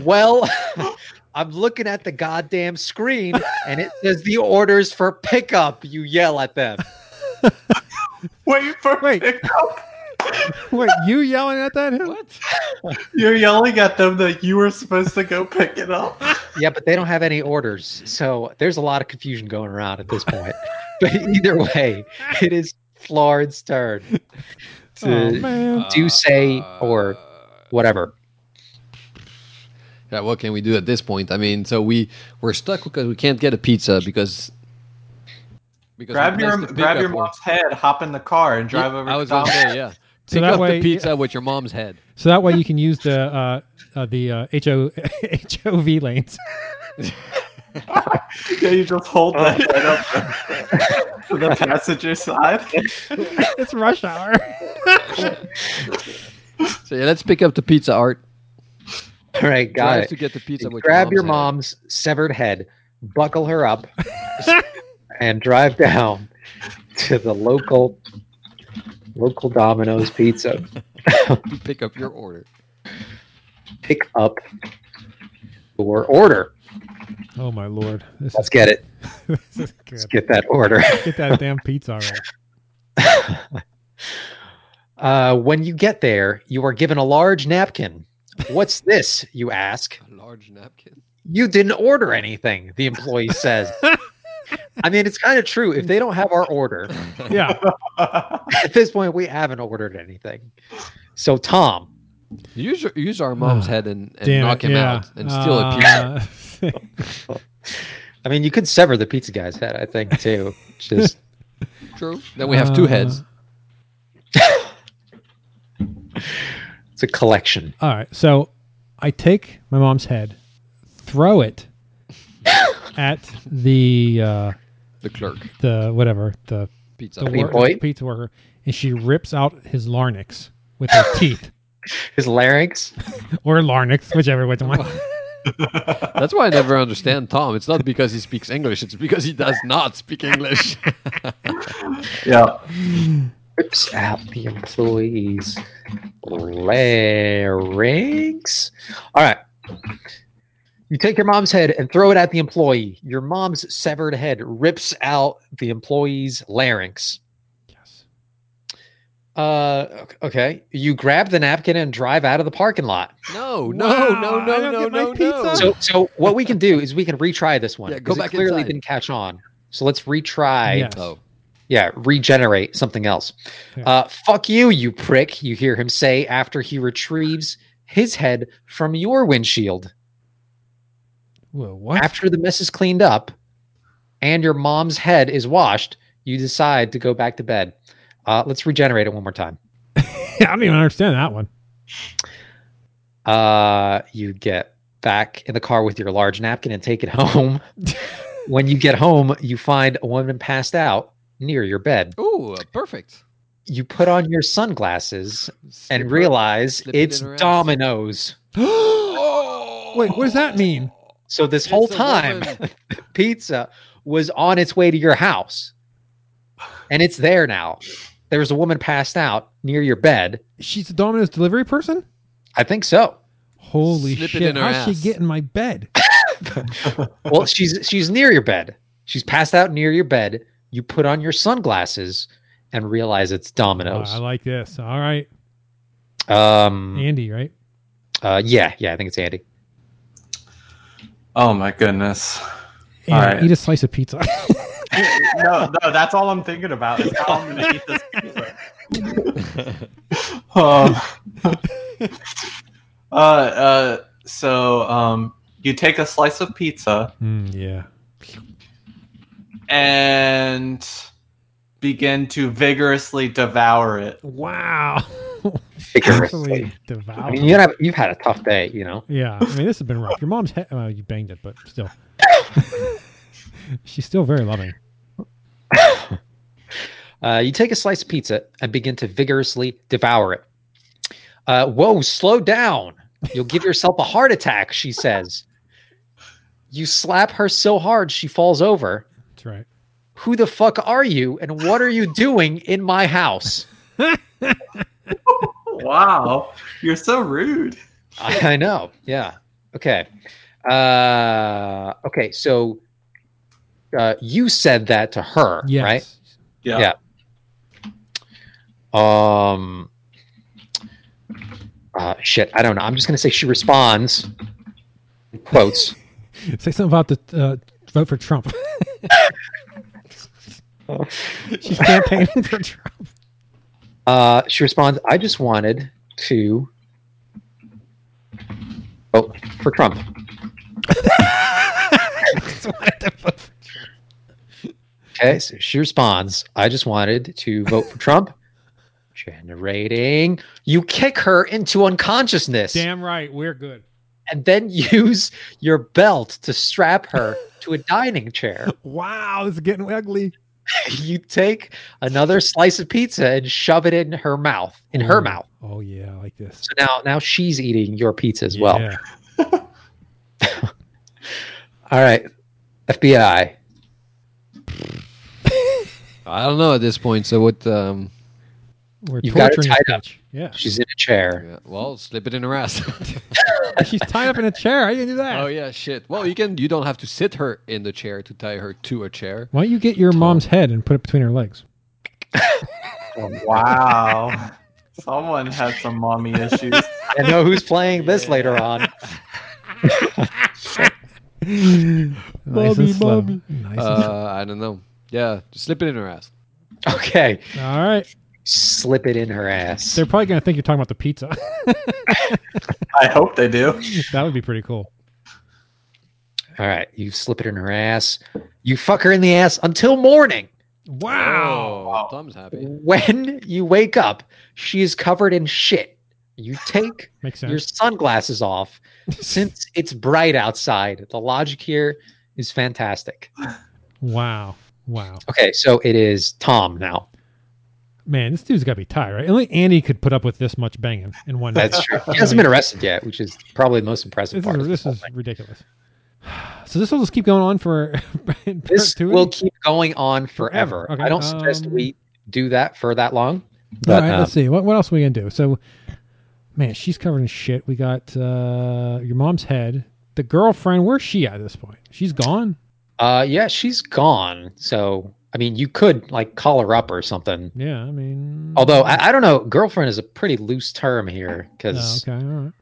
Speaker 4: Well, I'm looking at the goddamn screen and it says the orders for pickup. You yell at them.
Speaker 7: Wait for
Speaker 3: Wait.
Speaker 7: pickup.
Speaker 3: Wait, you yelling at that?
Speaker 5: What?
Speaker 7: You're yelling at them that you were supposed to go pick it up.
Speaker 4: Yeah, but they don't have any orders. So there's a lot of confusion going around at this point. but either way, it is Florid's turn
Speaker 3: Oh
Speaker 4: to
Speaker 3: man.
Speaker 4: do say or whatever.
Speaker 5: Yeah, what can we do at this point? I mean, so we we're stuck because we can't get a pizza because because
Speaker 7: grab
Speaker 5: we
Speaker 7: your
Speaker 5: placed the
Speaker 7: grab your
Speaker 5: pickup order.
Speaker 7: mom's head, hop in the car, and drive over.
Speaker 5: I
Speaker 7: to
Speaker 5: was gonna
Speaker 7: Domino's.
Speaker 5: say yeah.
Speaker 3: So
Speaker 5: Pick
Speaker 3: that
Speaker 5: up
Speaker 3: way-
Speaker 5: the pizza with your mom's head.
Speaker 3: So that way you can use the uh, uh, the uh, HO, HOV lanes.
Speaker 7: Yeah, you just hold the head up to the passenger side.
Speaker 3: it's rush hour.
Speaker 5: So yeah, let's pick up the pizza art.
Speaker 4: All right, got
Speaker 5: drives
Speaker 4: it.
Speaker 5: to get the pizza. with
Speaker 4: grab your
Speaker 5: mom's
Speaker 4: mom's severed head, buckle her up, and drive down to the local local Domino's Pizza.
Speaker 5: head. Pick up your order.
Speaker 4: Pick up your order.
Speaker 3: Oh my lord, this
Speaker 4: Let's get it.
Speaker 3: is, this is
Speaker 4: Let's
Speaker 3: good.
Speaker 4: get that order.
Speaker 3: Get that damn pizza already.
Speaker 4: Uh, when you get there, you are given a large napkin. What's this? You ask.
Speaker 5: A large napkin.
Speaker 4: You didn't order anything, the employee says. I mean, it's kind of true. If they don't have our order,
Speaker 3: Yeah,
Speaker 4: at this point, we haven't ordered anything. So, Tom,
Speaker 5: Use your, use our mom's head and, and
Speaker 3: Ah, damn
Speaker 5: knock
Speaker 3: it,
Speaker 5: him
Speaker 3: yeah.
Speaker 5: out and steal a pizza.
Speaker 3: Uh,
Speaker 4: I mean, you could sever the pizza guy's head, I think, too. Just
Speaker 5: True. Then we have two
Speaker 3: uh,
Speaker 5: heads.
Speaker 4: it's a collection.
Speaker 3: All right, so I take my mom's head, throw it at the uh,
Speaker 5: The clerk.
Speaker 3: the whatever the
Speaker 5: Pizza.
Speaker 3: the,
Speaker 4: mean,
Speaker 3: wor-
Speaker 4: boy.
Speaker 3: the pizza worker, and she rips out his larynx with her teeth
Speaker 4: His larynx.
Speaker 3: or larynx, whichever way you want.
Speaker 5: That's why I never understand Tom. It's not because he speaks English. It's because he does not speak English.
Speaker 7: Yeah.
Speaker 4: rips out the employee's larynx. All right. You take your mom's head and throw it at the employee. Your mom's severed head rips out the employee's larynx.
Speaker 3: Yes.
Speaker 4: Uh, okay. You grab the napkin and drive out of the parking lot.
Speaker 5: no,
Speaker 3: Wow,
Speaker 5: no, no,
Speaker 3: I
Speaker 5: no,
Speaker 3: don't
Speaker 5: no,
Speaker 3: get my
Speaker 5: no, no.
Speaker 3: pizza?
Speaker 4: So, so what we can do is we can retry this one.
Speaker 5: Yeah, go
Speaker 4: 'cause
Speaker 5: back
Speaker 4: it clearly
Speaker 5: inside.
Speaker 4: didn't catch on. So let's retry.
Speaker 3: Yes.
Speaker 5: oh,
Speaker 4: yeah, regenerate something else.
Speaker 3: Yeah.
Speaker 4: Uh, fuck you, you prick, you hear him say after he retrieves his head from your windshield.
Speaker 3: Whoa, what?
Speaker 4: After the mess is cleaned up and your mom's head is washed, you decide to go back to bed. Uh, let's regenerate it one more time.
Speaker 3: I don't even understand that one.
Speaker 4: Uh, you get back in the car with your large napkin and take it home. when you get home, you find a woman passed out near your bed.
Speaker 5: ooh, uh, perfect.
Speaker 4: You put on your sunglasses
Speaker 5: Slip
Speaker 4: and
Speaker 5: her-
Speaker 4: realize
Speaker 5: slip it
Speaker 4: it's
Speaker 5: in her ass.
Speaker 4: dominoes.
Speaker 5: oh,
Speaker 3: Wait, what does that mean?
Speaker 4: So this
Speaker 5: It's
Speaker 4: whole
Speaker 5: a
Speaker 4: time,
Speaker 5: woman.
Speaker 4: pizza was on its way to your house, and it's there now. There was a woman passed out near your bed.
Speaker 3: She's a Domino's delivery person.
Speaker 4: I think so.
Speaker 3: Holy
Speaker 5: Slip it
Speaker 3: shit!
Speaker 5: in her
Speaker 3: How'd she
Speaker 5: ass.
Speaker 3: get in my bed?
Speaker 4: Well, she's she's near your bed. She's passed out near your bed. You put on your sunglasses and realize it's
Speaker 3: Oh,
Speaker 4: dominoes.
Speaker 3: I like this. All right,
Speaker 4: Um,
Speaker 3: Andy, right?
Speaker 4: uh, yeah, yeah, I think it's Andy.
Speaker 7: Oh my goodness. All
Speaker 3: Andy,
Speaker 7: right.
Speaker 3: Eat a slice of pizza.
Speaker 7: no, no, that's all I'm thinking about is how I'm gonna eat this pizza. um, uh, uh, so um, you take a slice of pizza
Speaker 3: Mm, yeah.
Speaker 7: and begin to vigorously devour it.
Speaker 3: Wow.
Speaker 4: Vigorously.
Speaker 3: Actually,
Speaker 4: I
Speaker 3: devour.
Speaker 4: mean, you have, you've had a tough day, you know.
Speaker 3: Yeah, I mean, this has been rough. Your mom's head, well, you banged it, but still. She's still very loving.
Speaker 4: Uh, you take a slice of pizza and begin to vigorously devour it. Uh, whoa, slow down. You'll give yourself a heart attack, she says. You slap her so hard she falls over.
Speaker 3: That's right.
Speaker 4: Who the fuck are you and what are you doing in my house?
Speaker 7: Wow, you're so rude.
Speaker 4: I, I know. Yeah. Okay. Uh, okay. So uh, you said that to her,
Speaker 3: Yes.
Speaker 4: right?
Speaker 7: Yeah.
Speaker 4: Yeah. Um. Uh, shit, I don't know. I'm just gonna say she responds. in Quotes.
Speaker 3: Say something about the uh, vote for Trump. She's campaigning for Trump.
Speaker 4: Uh, she responds. I just wanted to vote for Trump. Okay, so she responds. I just wanted to vote for Trump. Generating. You kick her into unconsciousness.
Speaker 3: Damn right. We're good.
Speaker 4: and then use your belt to strap her to a dining chair.
Speaker 3: Wow, this is getting ugly.
Speaker 4: You take another slice of pizza and shove it in her mouth, in her
Speaker 3: Oh,
Speaker 4: mouth.
Speaker 3: Oh, yeah. I like this.
Speaker 4: So now now she's eating your pizza as well.
Speaker 3: Yeah.
Speaker 4: All right, FBI.
Speaker 5: I don't know at this point. So what? Um,
Speaker 3: We're
Speaker 4: You've got her
Speaker 3: torturing
Speaker 4: tied
Speaker 3: this
Speaker 4: up.
Speaker 3: bitch. Yeah,
Speaker 4: She's in a chair.
Speaker 5: yeah, well, slip it in her ass.
Speaker 3: she's tied up in a chair. How you gonna do that?
Speaker 5: oh yeah, shit. Well, you can. You don't have to sit her in the chair to tie her to a chair.
Speaker 3: Why don't you get your mom's head and put it between her legs?
Speaker 7: Wow. Someone had some mommy issues.
Speaker 4: I know who's playing this later on.
Speaker 3: Nice and slow. Nice and
Speaker 5: Uh, I don't know. Yeah, just slip it in her ass.
Speaker 4: Okay,
Speaker 3: slow. All right.
Speaker 4: slip it in her ass.
Speaker 3: They're probably gonna think you're talking about the pizza.
Speaker 7: I hope they do.
Speaker 3: that would be pretty cool.
Speaker 4: All right, you slip it in her ass. You fuck her in the ass until morning.
Speaker 3: Wow.
Speaker 5: Oh, Tom's happy.
Speaker 4: When you wake up, she is covered in shit. You take
Speaker 3: Makes sense.
Speaker 4: your sunglasses off since it's bright outside. The logic here is fantastic.
Speaker 3: Wow. Wow.
Speaker 4: Okay, so it is Tom now.
Speaker 3: Man, this dude's got to be tired, right? Only Andy could put up with this much banging in one night.
Speaker 4: That's true. He hasn't been arrested yet, which is probably the most impressive
Speaker 3: This
Speaker 4: part.
Speaker 3: is,
Speaker 4: of
Speaker 3: this
Speaker 4: whole
Speaker 3: is
Speaker 4: thing.
Speaker 3: ridiculous. So this will just keep going on for in
Speaker 4: this
Speaker 3: perpetuity?
Speaker 4: will keep going on forever.
Speaker 3: Forever. Okay,
Speaker 4: I don't suggest
Speaker 3: um,
Speaker 4: we do that for that long.
Speaker 3: All
Speaker 4: But
Speaker 3: right,
Speaker 4: um,
Speaker 3: let's see. What what else we gonna do? So, man, she's covered in shit. We got uh, your mom's head. The girlfriend, where's she at this point? She's gone.
Speaker 4: uh, yeah, she's gone. So I mean, you could like call her up or something.
Speaker 3: Yeah, I mean,
Speaker 4: Although I, I don't know, girlfriend is a pretty loose term here
Speaker 3: Oh,
Speaker 4: because
Speaker 3: okay, all right.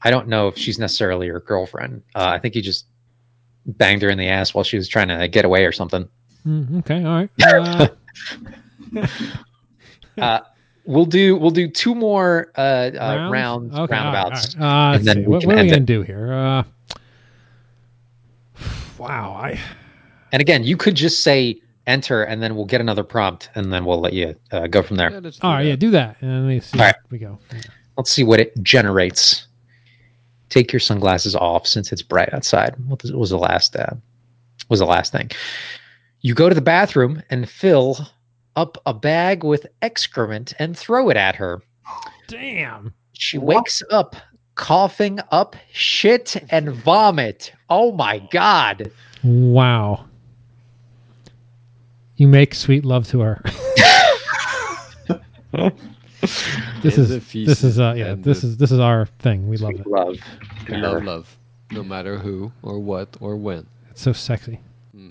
Speaker 4: I don't know if she's necessarily your girlfriend. Uh, I think he just banged her in the ass while she was trying to get away or something.
Speaker 3: Mm, okay, all right. Uh,
Speaker 4: We'll do we'll do two more uh, uh, rounds,
Speaker 3: rounds? Okay, all right,
Speaker 4: roundabouts.
Speaker 3: all right. Uh,
Speaker 4: and
Speaker 3: let's
Speaker 4: then
Speaker 3: see.
Speaker 4: we
Speaker 3: What,
Speaker 4: can
Speaker 3: what are we
Speaker 4: end
Speaker 3: gonna
Speaker 4: it.
Speaker 3: do here? Uh, wow, I
Speaker 4: And again, you could just say enter, and then we'll get another prompt, and then we'll let you uh, go from there.
Speaker 5: Yeah, let's do
Speaker 3: all right, yeah,
Speaker 5: that.
Speaker 3: do that, and let me see.
Speaker 4: All right.
Speaker 3: We go.
Speaker 4: Let's see what it generates. Take your sunglasses off since it's bright outside. What was- was the last? Uh, was the last thing? You go to the bathroom and fill up a bag with excrement and throw it at her.
Speaker 3: Damn.
Speaker 4: She wakes up coughing up shit and vomit. Oh my god!
Speaker 3: Wow. You make sweet love to her. this is
Speaker 5: In the
Speaker 3: this is uh
Speaker 5: feces
Speaker 3: yeah
Speaker 5: and
Speaker 3: this
Speaker 5: the-
Speaker 3: is this is our thing. We love it.
Speaker 4: Love.
Speaker 5: We love love, no matter who or what or when.
Speaker 3: It's so sexy.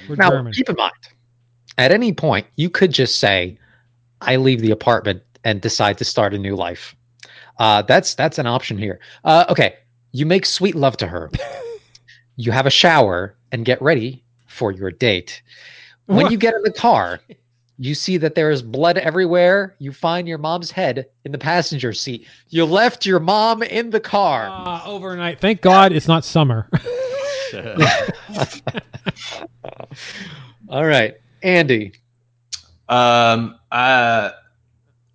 Speaker 3: We're
Speaker 4: Now,
Speaker 3: German.
Speaker 4: keep in mind, at any point, you could just say, "I leave the apartment and decide to start a new life." Uh, that's that's an option here. Uh, okay, you make sweet love to her. you have a shower and get ready for your date. When you get in the car, you see that there is blood everywhere. You find your mom's head in the passenger seat. You left your mom in the car.
Speaker 3: Uh, overnight. Thank God it's not summer.
Speaker 4: All right, Andy.
Speaker 7: Um, uh,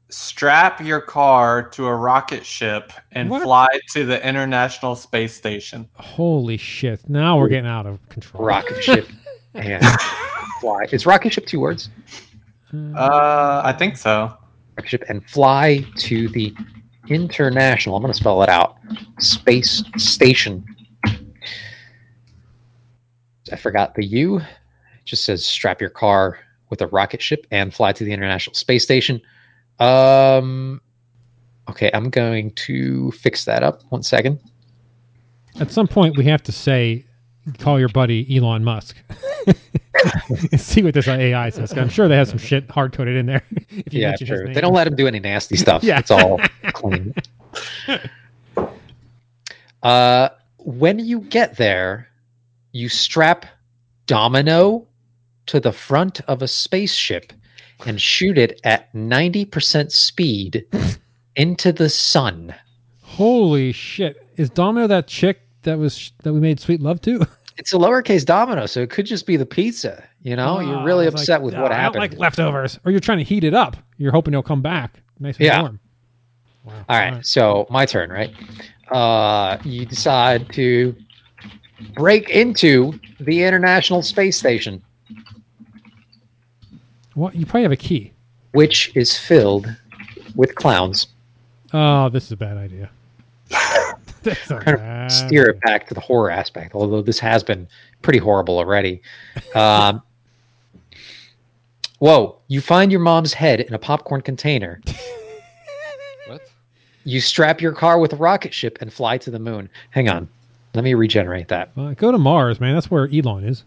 Speaker 7: strap your car to a rocket ship and
Speaker 3: What?
Speaker 7: fly to the International Space Station.
Speaker 3: Holy shit. Now we're getting out of control.
Speaker 4: rocket ship and fly. Is rocket ship two words?
Speaker 7: Uh, I think so.
Speaker 4: Rocket ship and fly to the international. I'm going to spell it out. Space station. I forgot the U. It just says strap your car with a rocket ship and fly to the international space station. Um. Okay, I'm going to fix that up. One second.
Speaker 3: At some point we have to say call your buddy Elon Musk. and see what this AI says. I'm sure they have some shit hard coded in there. If you
Speaker 4: yeah,
Speaker 3: mention his
Speaker 4: sure.
Speaker 3: name.
Speaker 4: They don't let him do any nasty stuff.
Speaker 3: Yeah.
Speaker 4: It's all clean. Uh, when you get there, you strap Domino to the front of a spaceship and shoot it at 90% speed into the sun.
Speaker 3: Holy shit! Is Domino that chick that was that we made sweet love to?
Speaker 4: It's a lowercase domino, so it could just be the pizza. You know, you're really
Speaker 3: Ah, it's
Speaker 4: upset
Speaker 3: like,
Speaker 4: with
Speaker 3: "Oh,
Speaker 4: what
Speaker 3: I don't
Speaker 4: happened.
Speaker 3: like leftovers, or you're trying to heat it up. You're hoping it'll come back nice and
Speaker 4: Yeah.
Speaker 3: warm. Wow.
Speaker 4: All right, so my turn, right? Uh, you decide to break into the International Space Station,
Speaker 3: What? You probably have a key.
Speaker 4: which is filled with clowns.
Speaker 3: Oh, this is a bad idea. That's not
Speaker 4: kind
Speaker 3: bad.
Speaker 4: of steer it back to the horror aspect, although this has been pretty horrible already. Um, whoa, you find your mom's head in a popcorn container.
Speaker 5: What?
Speaker 4: You strap your car with a rocket ship and fly to the moon. Hang on. Let me regenerate that.
Speaker 3: Uh, go to Mars, man. That's where Elon is.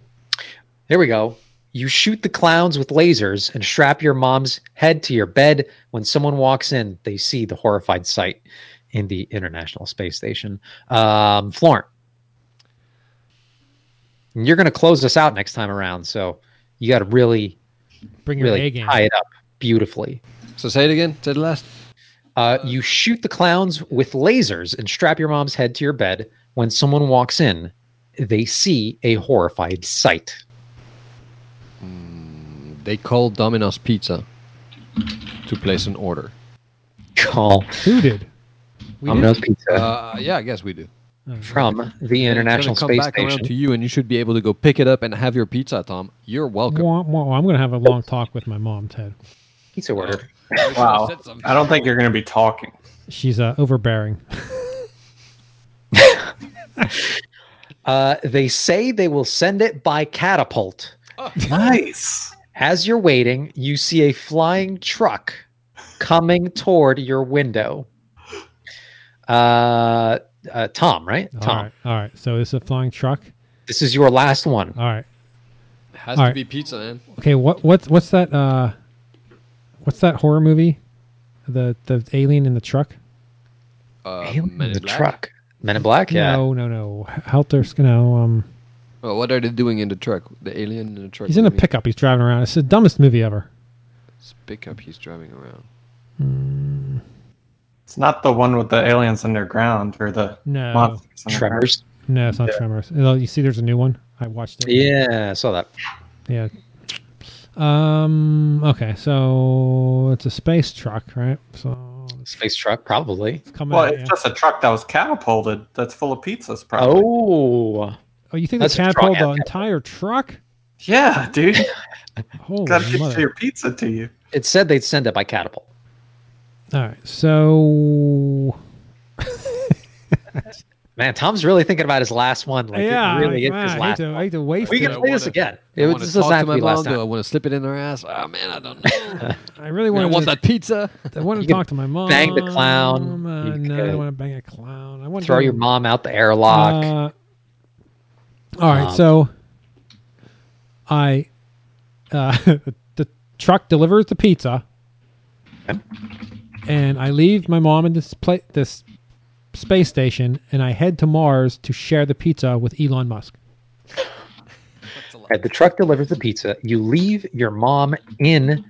Speaker 4: There we go. You shoot the clowns with lasers and strap your mom's head to your bed. When someone walks in, they see the horrified sight in the International Space Station. Um, Florent, you're going to close us out next time around, so you got to really,
Speaker 3: Bring your A
Speaker 4: really
Speaker 3: game.
Speaker 4: tie it up beautifully.
Speaker 5: So say it again. Say the last.
Speaker 4: Uh, you shoot the clowns with lasers and strap your mom's head to your bed. When someone walks in, they see a horrified sight.
Speaker 5: They called Domino's Pizza to place an order.
Speaker 4: Call
Speaker 3: Who did? We did?
Speaker 4: Domino's Pizza.
Speaker 5: Uh, yeah, I guess we do.
Speaker 4: from the
Speaker 5: And it's gonna
Speaker 4: International
Speaker 5: come
Speaker 4: Space
Speaker 5: back around to
Speaker 4: Station.
Speaker 5: you, and you should be able to go pick it up and have your pizza, Tom. You're welcome.
Speaker 3: Wah, wah, wah. I'm going to have a long talk with my mom, Ted.
Speaker 4: Pizza order.
Speaker 7: Wow. I don't think you're going to be talking.
Speaker 3: She's uh, overbearing.
Speaker 4: Uh, they say they will send it by catapult.
Speaker 5: Oh.
Speaker 7: Nice.
Speaker 4: As you're waiting, you see a flying truck coming toward your window. Uh, uh, Tom, right?
Speaker 3: All
Speaker 4: Tom,
Speaker 3: right. All right. So this is a flying truck.
Speaker 4: this is your last one.
Speaker 5: Uh,
Speaker 3: All right.
Speaker 5: Has
Speaker 3: All
Speaker 5: to
Speaker 3: right.
Speaker 5: be pizza, man.
Speaker 3: Okay. What what's what's that? Uh, what's that horror movie? The the alien in the truck.
Speaker 5: Uh,
Speaker 4: Alien
Speaker 5: Men in
Speaker 4: the
Speaker 5: Black?
Speaker 4: truck. Men in Black. Yeah.
Speaker 3: No, no, no. Helter. Sc- No. Um,
Speaker 5: Oh, what are they doing in the truck? The alien in the truck.
Speaker 3: he's
Speaker 5: what
Speaker 3: in a
Speaker 5: do you mean?
Speaker 3: pickup. He's driving around. It's the dumbest movie ever.
Speaker 5: It's a pickup he's driving around.
Speaker 7: It's not the one with the aliens underground or the
Speaker 3: No.
Speaker 7: monsters. underground.
Speaker 4: Tremors.
Speaker 3: No, it's not Tremors. Although, You see, there's a new one. I watched it.
Speaker 4: Yeah, I saw that.
Speaker 3: Yeah. Um. Okay. So it's a space truck, right? So it's
Speaker 4: Space truck, probably.
Speaker 3: coming.
Speaker 7: Well,
Speaker 3: out,
Speaker 7: it's
Speaker 3: yeah.
Speaker 7: just a truck that was catapulted that's full of pizzas, probably.
Speaker 4: Oh,
Speaker 3: oh, you think
Speaker 4: that's
Speaker 3: they
Speaker 4: a
Speaker 3: can't
Speaker 4: strong
Speaker 3: pull the
Speaker 4: ad.
Speaker 3: entire truck?
Speaker 7: Yeah, dude.
Speaker 3: Holy
Speaker 7: Gotta get
Speaker 3: mother!
Speaker 7: your pizza to you.
Speaker 4: it said they'd send it by catapult.
Speaker 3: All right. So
Speaker 4: Man, Tom's really thinking about his last one. Like,
Speaker 3: yeah,
Speaker 4: it really
Speaker 3: like,
Speaker 4: is
Speaker 3: man,
Speaker 4: his
Speaker 3: I hate
Speaker 4: last.
Speaker 3: to,
Speaker 4: one.
Speaker 3: I hate to waste
Speaker 4: We
Speaker 3: it.
Speaker 4: can
Speaker 5: I
Speaker 4: play this
Speaker 5: wanna-
Speaker 4: again.
Speaker 5: I
Speaker 4: It was
Speaker 5: wanna
Speaker 4: this
Speaker 5: talk
Speaker 4: does not
Speaker 5: to
Speaker 4: have to
Speaker 5: my
Speaker 4: be
Speaker 5: mom.
Speaker 4: last
Speaker 5: Do I
Speaker 4: time.
Speaker 5: want to slip it in her ass? Ah, man, I don't know.
Speaker 3: I really
Speaker 5: I
Speaker 3: want,
Speaker 5: want
Speaker 3: to,
Speaker 5: that pizza.
Speaker 3: I want to
Speaker 4: You can
Speaker 3: talk to my mom.
Speaker 4: bang the clown.
Speaker 3: Uh,
Speaker 4: You
Speaker 3: no, I
Speaker 4: could
Speaker 3: want to bang a clown. I want
Speaker 4: Throw
Speaker 3: to
Speaker 4: your mom out the airlock.
Speaker 3: Uh, all right,
Speaker 4: Um,
Speaker 3: so I uh, the truck delivers the pizza, and I leave my mom in this pla- this space station, and I head to Mars to share the pizza with Elon Musk.
Speaker 4: Right, the truck delivers the pizza. You leave your mom in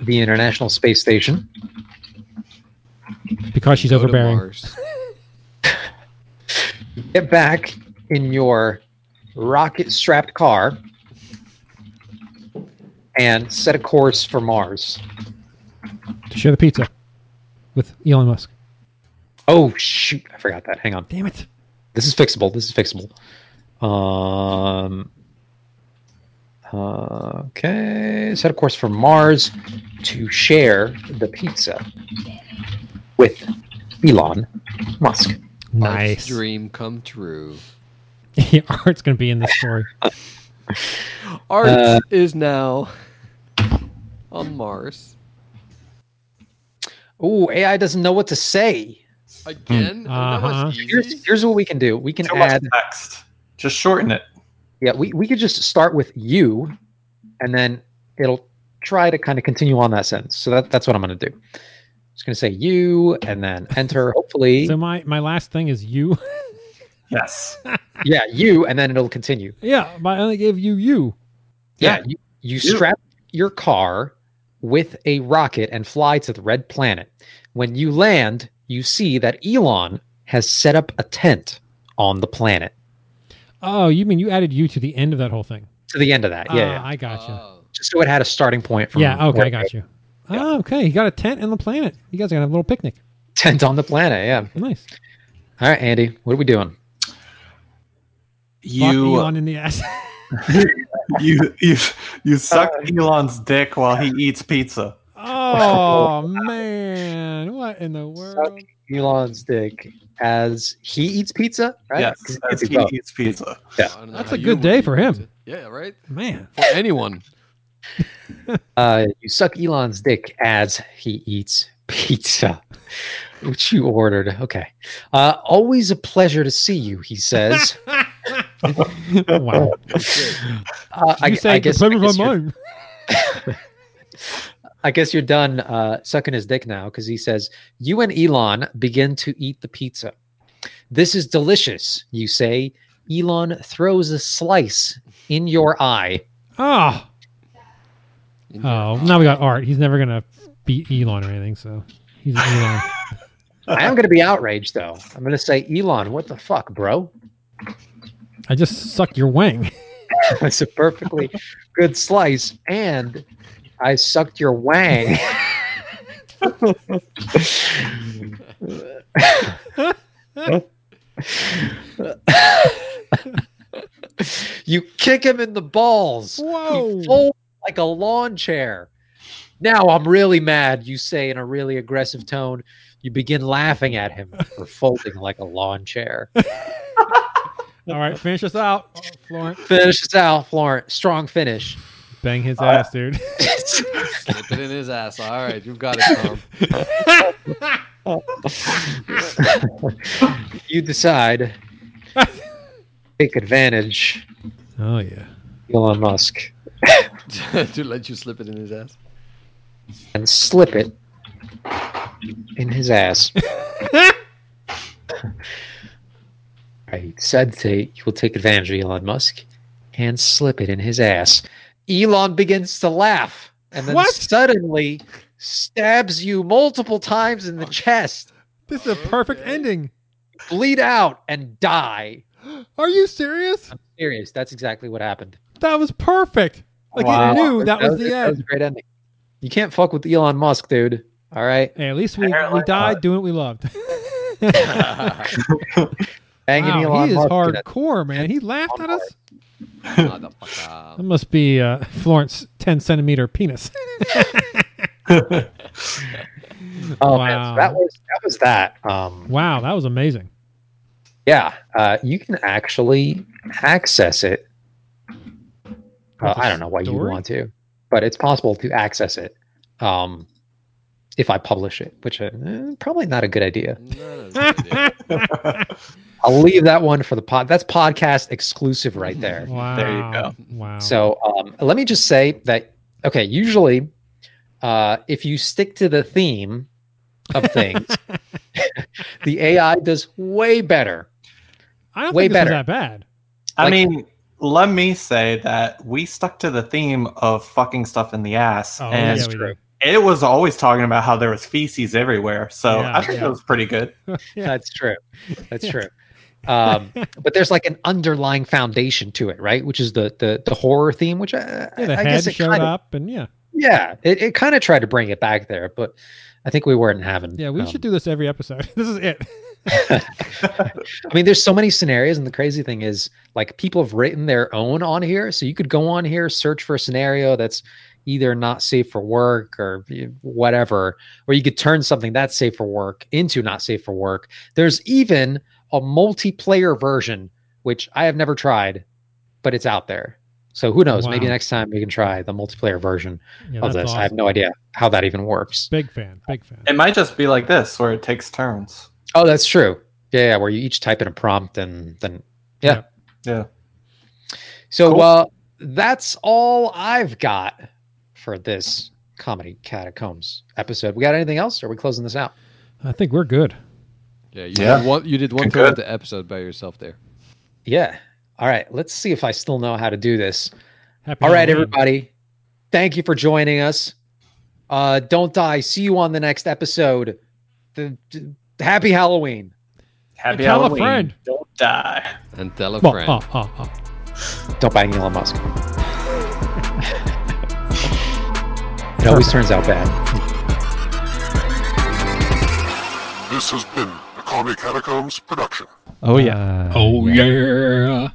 Speaker 4: the International Space Station.
Speaker 3: because she's
Speaker 5: Go to
Speaker 3: overbearing.
Speaker 5: Mars.
Speaker 4: Get back in your rocket strapped car and set a course for Mars.
Speaker 3: To share the pizza with Elon Musk.
Speaker 4: Oh, shoot. I forgot that. Hang on.
Speaker 3: Damn it!
Speaker 4: This is fixable. This is fixable. Um, okay. Set a course for Mars to share the pizza with Elon Musk.
Speaker 5: Art's
Speaker 3: Nice.
Speaker 5: dream come true.
Speaker 3: Yeah, Art's gonna be in this story.
Speaker 5: Art
Speaker 4: Uh,
Speaker 5: is now on Mars
Speaker 4: Oh, AI doesn't know what to say.
Speaker 5: again.
Speaker 3: Uh-huh.
Speaker 5: That was
Speaker 4: Here's,
Speaker 5: easy.
Speaker 4: here's what we can do. We can
Speaker 7: Too much
Speaker 4: add.
Speaker 7: text. Just shorten it.
Speaker 4: Yeah, we, we could just start with you, and then it'll try to kind of continue on that sentence. So that, that's what I'm going to do. Just going to say you, and then enter. Hopefully,
Speaker 3: So my my last thing is you.
Speaker 7: Yes.
Speaker 4: yeah, you, and then it'll continue.
Speaker 3: yeah, but I only gave you you.
Speaker 4: Yeah, you, you strap your car with a rocket and fly to the red planet. When you land, you see that Elon has set up a tent on the planet.
Speaker 3: Oh, you mean you added you to the end of that whole thing?
Speaker 4: To the end of that, yeah,
Speaker 3: Ah,
Speaker 4: yeah.
Speaker 3: I got you.
Speaker 5: Oh.
Speaker 4: just so it had a starting point. From
Speaker 3: yeah, okay,
Speaker 4: where-
Speaker 3: I got you. Oh, okay, you got a tent and the planet. You guys are gonna have a little picnic.
Speaker 4: Tent on the planet. Yeah.
Speaker 3: Nice.
Speaker 4: All right, Andy, what are we doing?
Speaker 3: Fuck
Speaker 7: You uh,
Speaker 3: Elon in the ass.
Speaker 7: Uh, you you you suck Elon's dick while he eats pizza.
Speaker 3: oh, Oh man, what in the world?
Speaker 4: Elon's dick as he eats pizza, right?
Speaker 7: Yes,
Speaker 4: 'Cause
Speaker 7: as
Speaker 4: it's
Speaker 7: he
Speaker 4: about-
Speaker 7: eats pizza.
Speaker 4: Yeah.
Speaker 5: I don't know
Speaker 3: That's
Speaker 5: how
Speaker 3: a
Speaker 5: you
Speaker 3: good
Speaker 5: would
Speaker 3: day
Speaker 5: eat
Speaker 3: for him.
Speaker 5: pizza. Yeah, right.
Speaker 3: Man,
Speaker 5: For anyone.
Speaker 4: Uh, you suck Elon's dick as he eats pizza, which you ordered. Okay. Uh, always a pleasure to see you, he says.
Speaker 3: wow.
Speaker 4: Uh, I,
Speaker 3: you
Speaker 4: gu-
Speaker 3: say
Speaker 4: I guess, I,
Speaker 3: completely from
Speaker 4: guess you're,
Speaker 3: mine.
Speaker 4: I guess you're done uh, sucking his dick now because he says, You and Elon begin to eat the pizza. This is delicious, you say. Elon throws a slice in your eye.
Speaker 3: Oh, oh, now we got Art. He's never gonna beat Elon or anything. So he's an Elon.
Speaker 4: I am going to be outraged, though. I'm going to say, Elon, what the fuck, bro?
Speaker 3: I just suck your wang.
Speaker 4: That's a perfectly good slice, and I sucked your wang. you kick him in the balls. He
Speaker 3: Whoa.
Speaker 4: folds like a lawn chair. Now I'm really mad, you say in a really aggressive tone. You begin laughing at him for folding like a lawn chair.
Speaker 3: All right, finish us out, oh, Florent.
Speaker 4: Finish this out, Florent. Strong finish.
Speaker 3: Bang his ass, dude.
Speaker 5: Slip it in his ass. All right, you've got it, Tom.
Speaker 4: you decide take advantage
Speaker 3: oh yeah.
Speaker 4: elon musk
Speaker 5: to let you slip it in his ass.
Speaker 4: and slip it in his ass i said to you will take advantage of elon musk and slip it in his ass elon begins to laugh and then
Speaker 3: What?
Speaker 4: suddenly stabs you multiple times
Speaker 3: Oh.
Speaker 4: in the chest
Speaker 3: This is a perfect ending.
Speaker 4: bleed out and die
Speaker 3: Are you serious?
Speaker 4: serious that's exactly what happened
Speaker 3: That was perfect. Like
Speaker 7: Wow.
Speaker 3: he knew that was
Speaker 4: a-
Speaker 3: the
Speaker 4: that was
Speaker 3: end.
Speaker 4: a great ending. You can't fuck with Elon Musk, dude. All right,
Speaker 3: Hey, at least we, we
Speaker 7: Apparently
Speaker 3: died doing what we loved.
Speaker 4: banging
Speaker 3: wow,
Speaker 4: Elon
Speaker 3: he is
Speaker 4: Musk. dude.
Speaker 3: hardcore, man. He laughed at us. That
Speaker 5: Motherfucker.
Speaker 3: must be uh, Florence 10 centimeter penis.
Speaker 4: Oh man, so
Speaker 3: Wow.
Speaker 4: that was that was that. Um,
Speaker 3: Wow, that was amazing.
Speaker 4: yeah, uh, you can actually access it. Uh,
Speaker 3: What, the
Speaker 4: I don't know why you
Speaker 3: story?
Speaker 4: want to, but it's possible to access it. Um, if I publish it, which uh, eh, probably not a good idea.
Speaker 5: No, that's a good idea.
Speaker 4: I'll leave that one for the pod. That's podcast exclusive right there.
Speaker 3: Wow.
Speaker 7: There you go.
Speaker 3: Wow.
Speaker 4: So um, let me just say that okay, usually uh, if you stick to the theme of things, the AI does way better.
Speaker 3: I don't
Speaker 4: way
Speaker 3: think this
Speaker 4: better.
Speaker 3: was that bad.
Speaker 7: I
Speaker 4: Like-
Speaker 7: mean, let me say that we stuck to the theme of fucking stuff in the ass,
Speaker 3: Oh,
Speaker 7: and
Speaker 3: yeah, we did.
Speaker 7: it was always talking about how there was feces everywhere. So
Speaker 3: Yeah,
Speaker 7: I think
Speaker 3: yeah.
Speaker 7: it was pretty good.
Speaker 3: Yeah.
Speaker 4: That's true. That's true. Um, but there's like an underlying foundation to it, right? Which is the the, the horror theme, which I,
Speaker 3: Yeah, the
Speaker 4: I
Speaker 3: head
Speaker 4: guess it
Speaker 3: showed
Speaker 4: kind of
Speaker 3: up, and yeah,
Speaker 4: yeah, it, it kind of tried to bring it back there, but I think we weren't having.
Speaker 3: yeah, we
Speaker 4: um,
Speaker 3: should do this every episode. This is it.
Speaker 4: I mean, there's so many scenarios, and the crazy thing is, like, people have written their own on here. So you could go on here, search for a scenario that's either not safe for work or y- whatever, or you could turn something that's safe for work into not safe for work. There's even a multiplayer version, which I have never tried, but it's out there. So who knows? Maybe
Speaker 3: Wow.
Speaker 4: next time we can try the multiplayer version
Speaker 3: Yeah,
Speaker 4: of
Speaker 3: that's
Speaker 4: this.
Speaker 3: awesome.
Speaker 4: I have no idea how that even works.
Speaker 3: Big fan. Big fan.
Speaker 7: It might just be like this, where it takes turns.
Speaker 4: Oh, that's true. Yeah, yeah, where you each type in a prompt and then yeah.
Speaker 7: Yeah.
Speaker 4: So
Speaker 7: Cool.
Speaker 4: uh, that's all I've got for this comedy catacombs episode. We got anything else? Or are we closing this out?
Speaker 3: I think we're good.
Speaker 5: Yeah, you
Speaker 7: Yeah.
Speaker 5: did one. You did one third
Speaker 7: Concur.
Speaker 5: of the episode by yourself there.
Speaker 4: Yeah. All right. Let's see if I still know how to do this.
Speaker 7: Mm-hmm.
Speaker 3: Happy
Speaker 4: All right,
Speaker 3: Halloween.
Speaker 4: everybody. Thank you for joining us. Uh, don't die. See you on the next episode. The, the- happy Halloween.
Speaker 7: Happy
Speaker 3: Tell a
Speaker 7: Halloween.
Speaker 3: friend.
Speaker 7: Don't die.
Speaker 5: And tell a
Speaker 3: Well,
Speaker 5: friend.
Speaker 3: uh, uh, uh.
Speaker 4: Don't bang Elon Musk. it always turns out bad.
Speaker 1: This has been a Comedy Catacombs production.
Speaker 7: Oh,
Speaker 3: Oh yeah.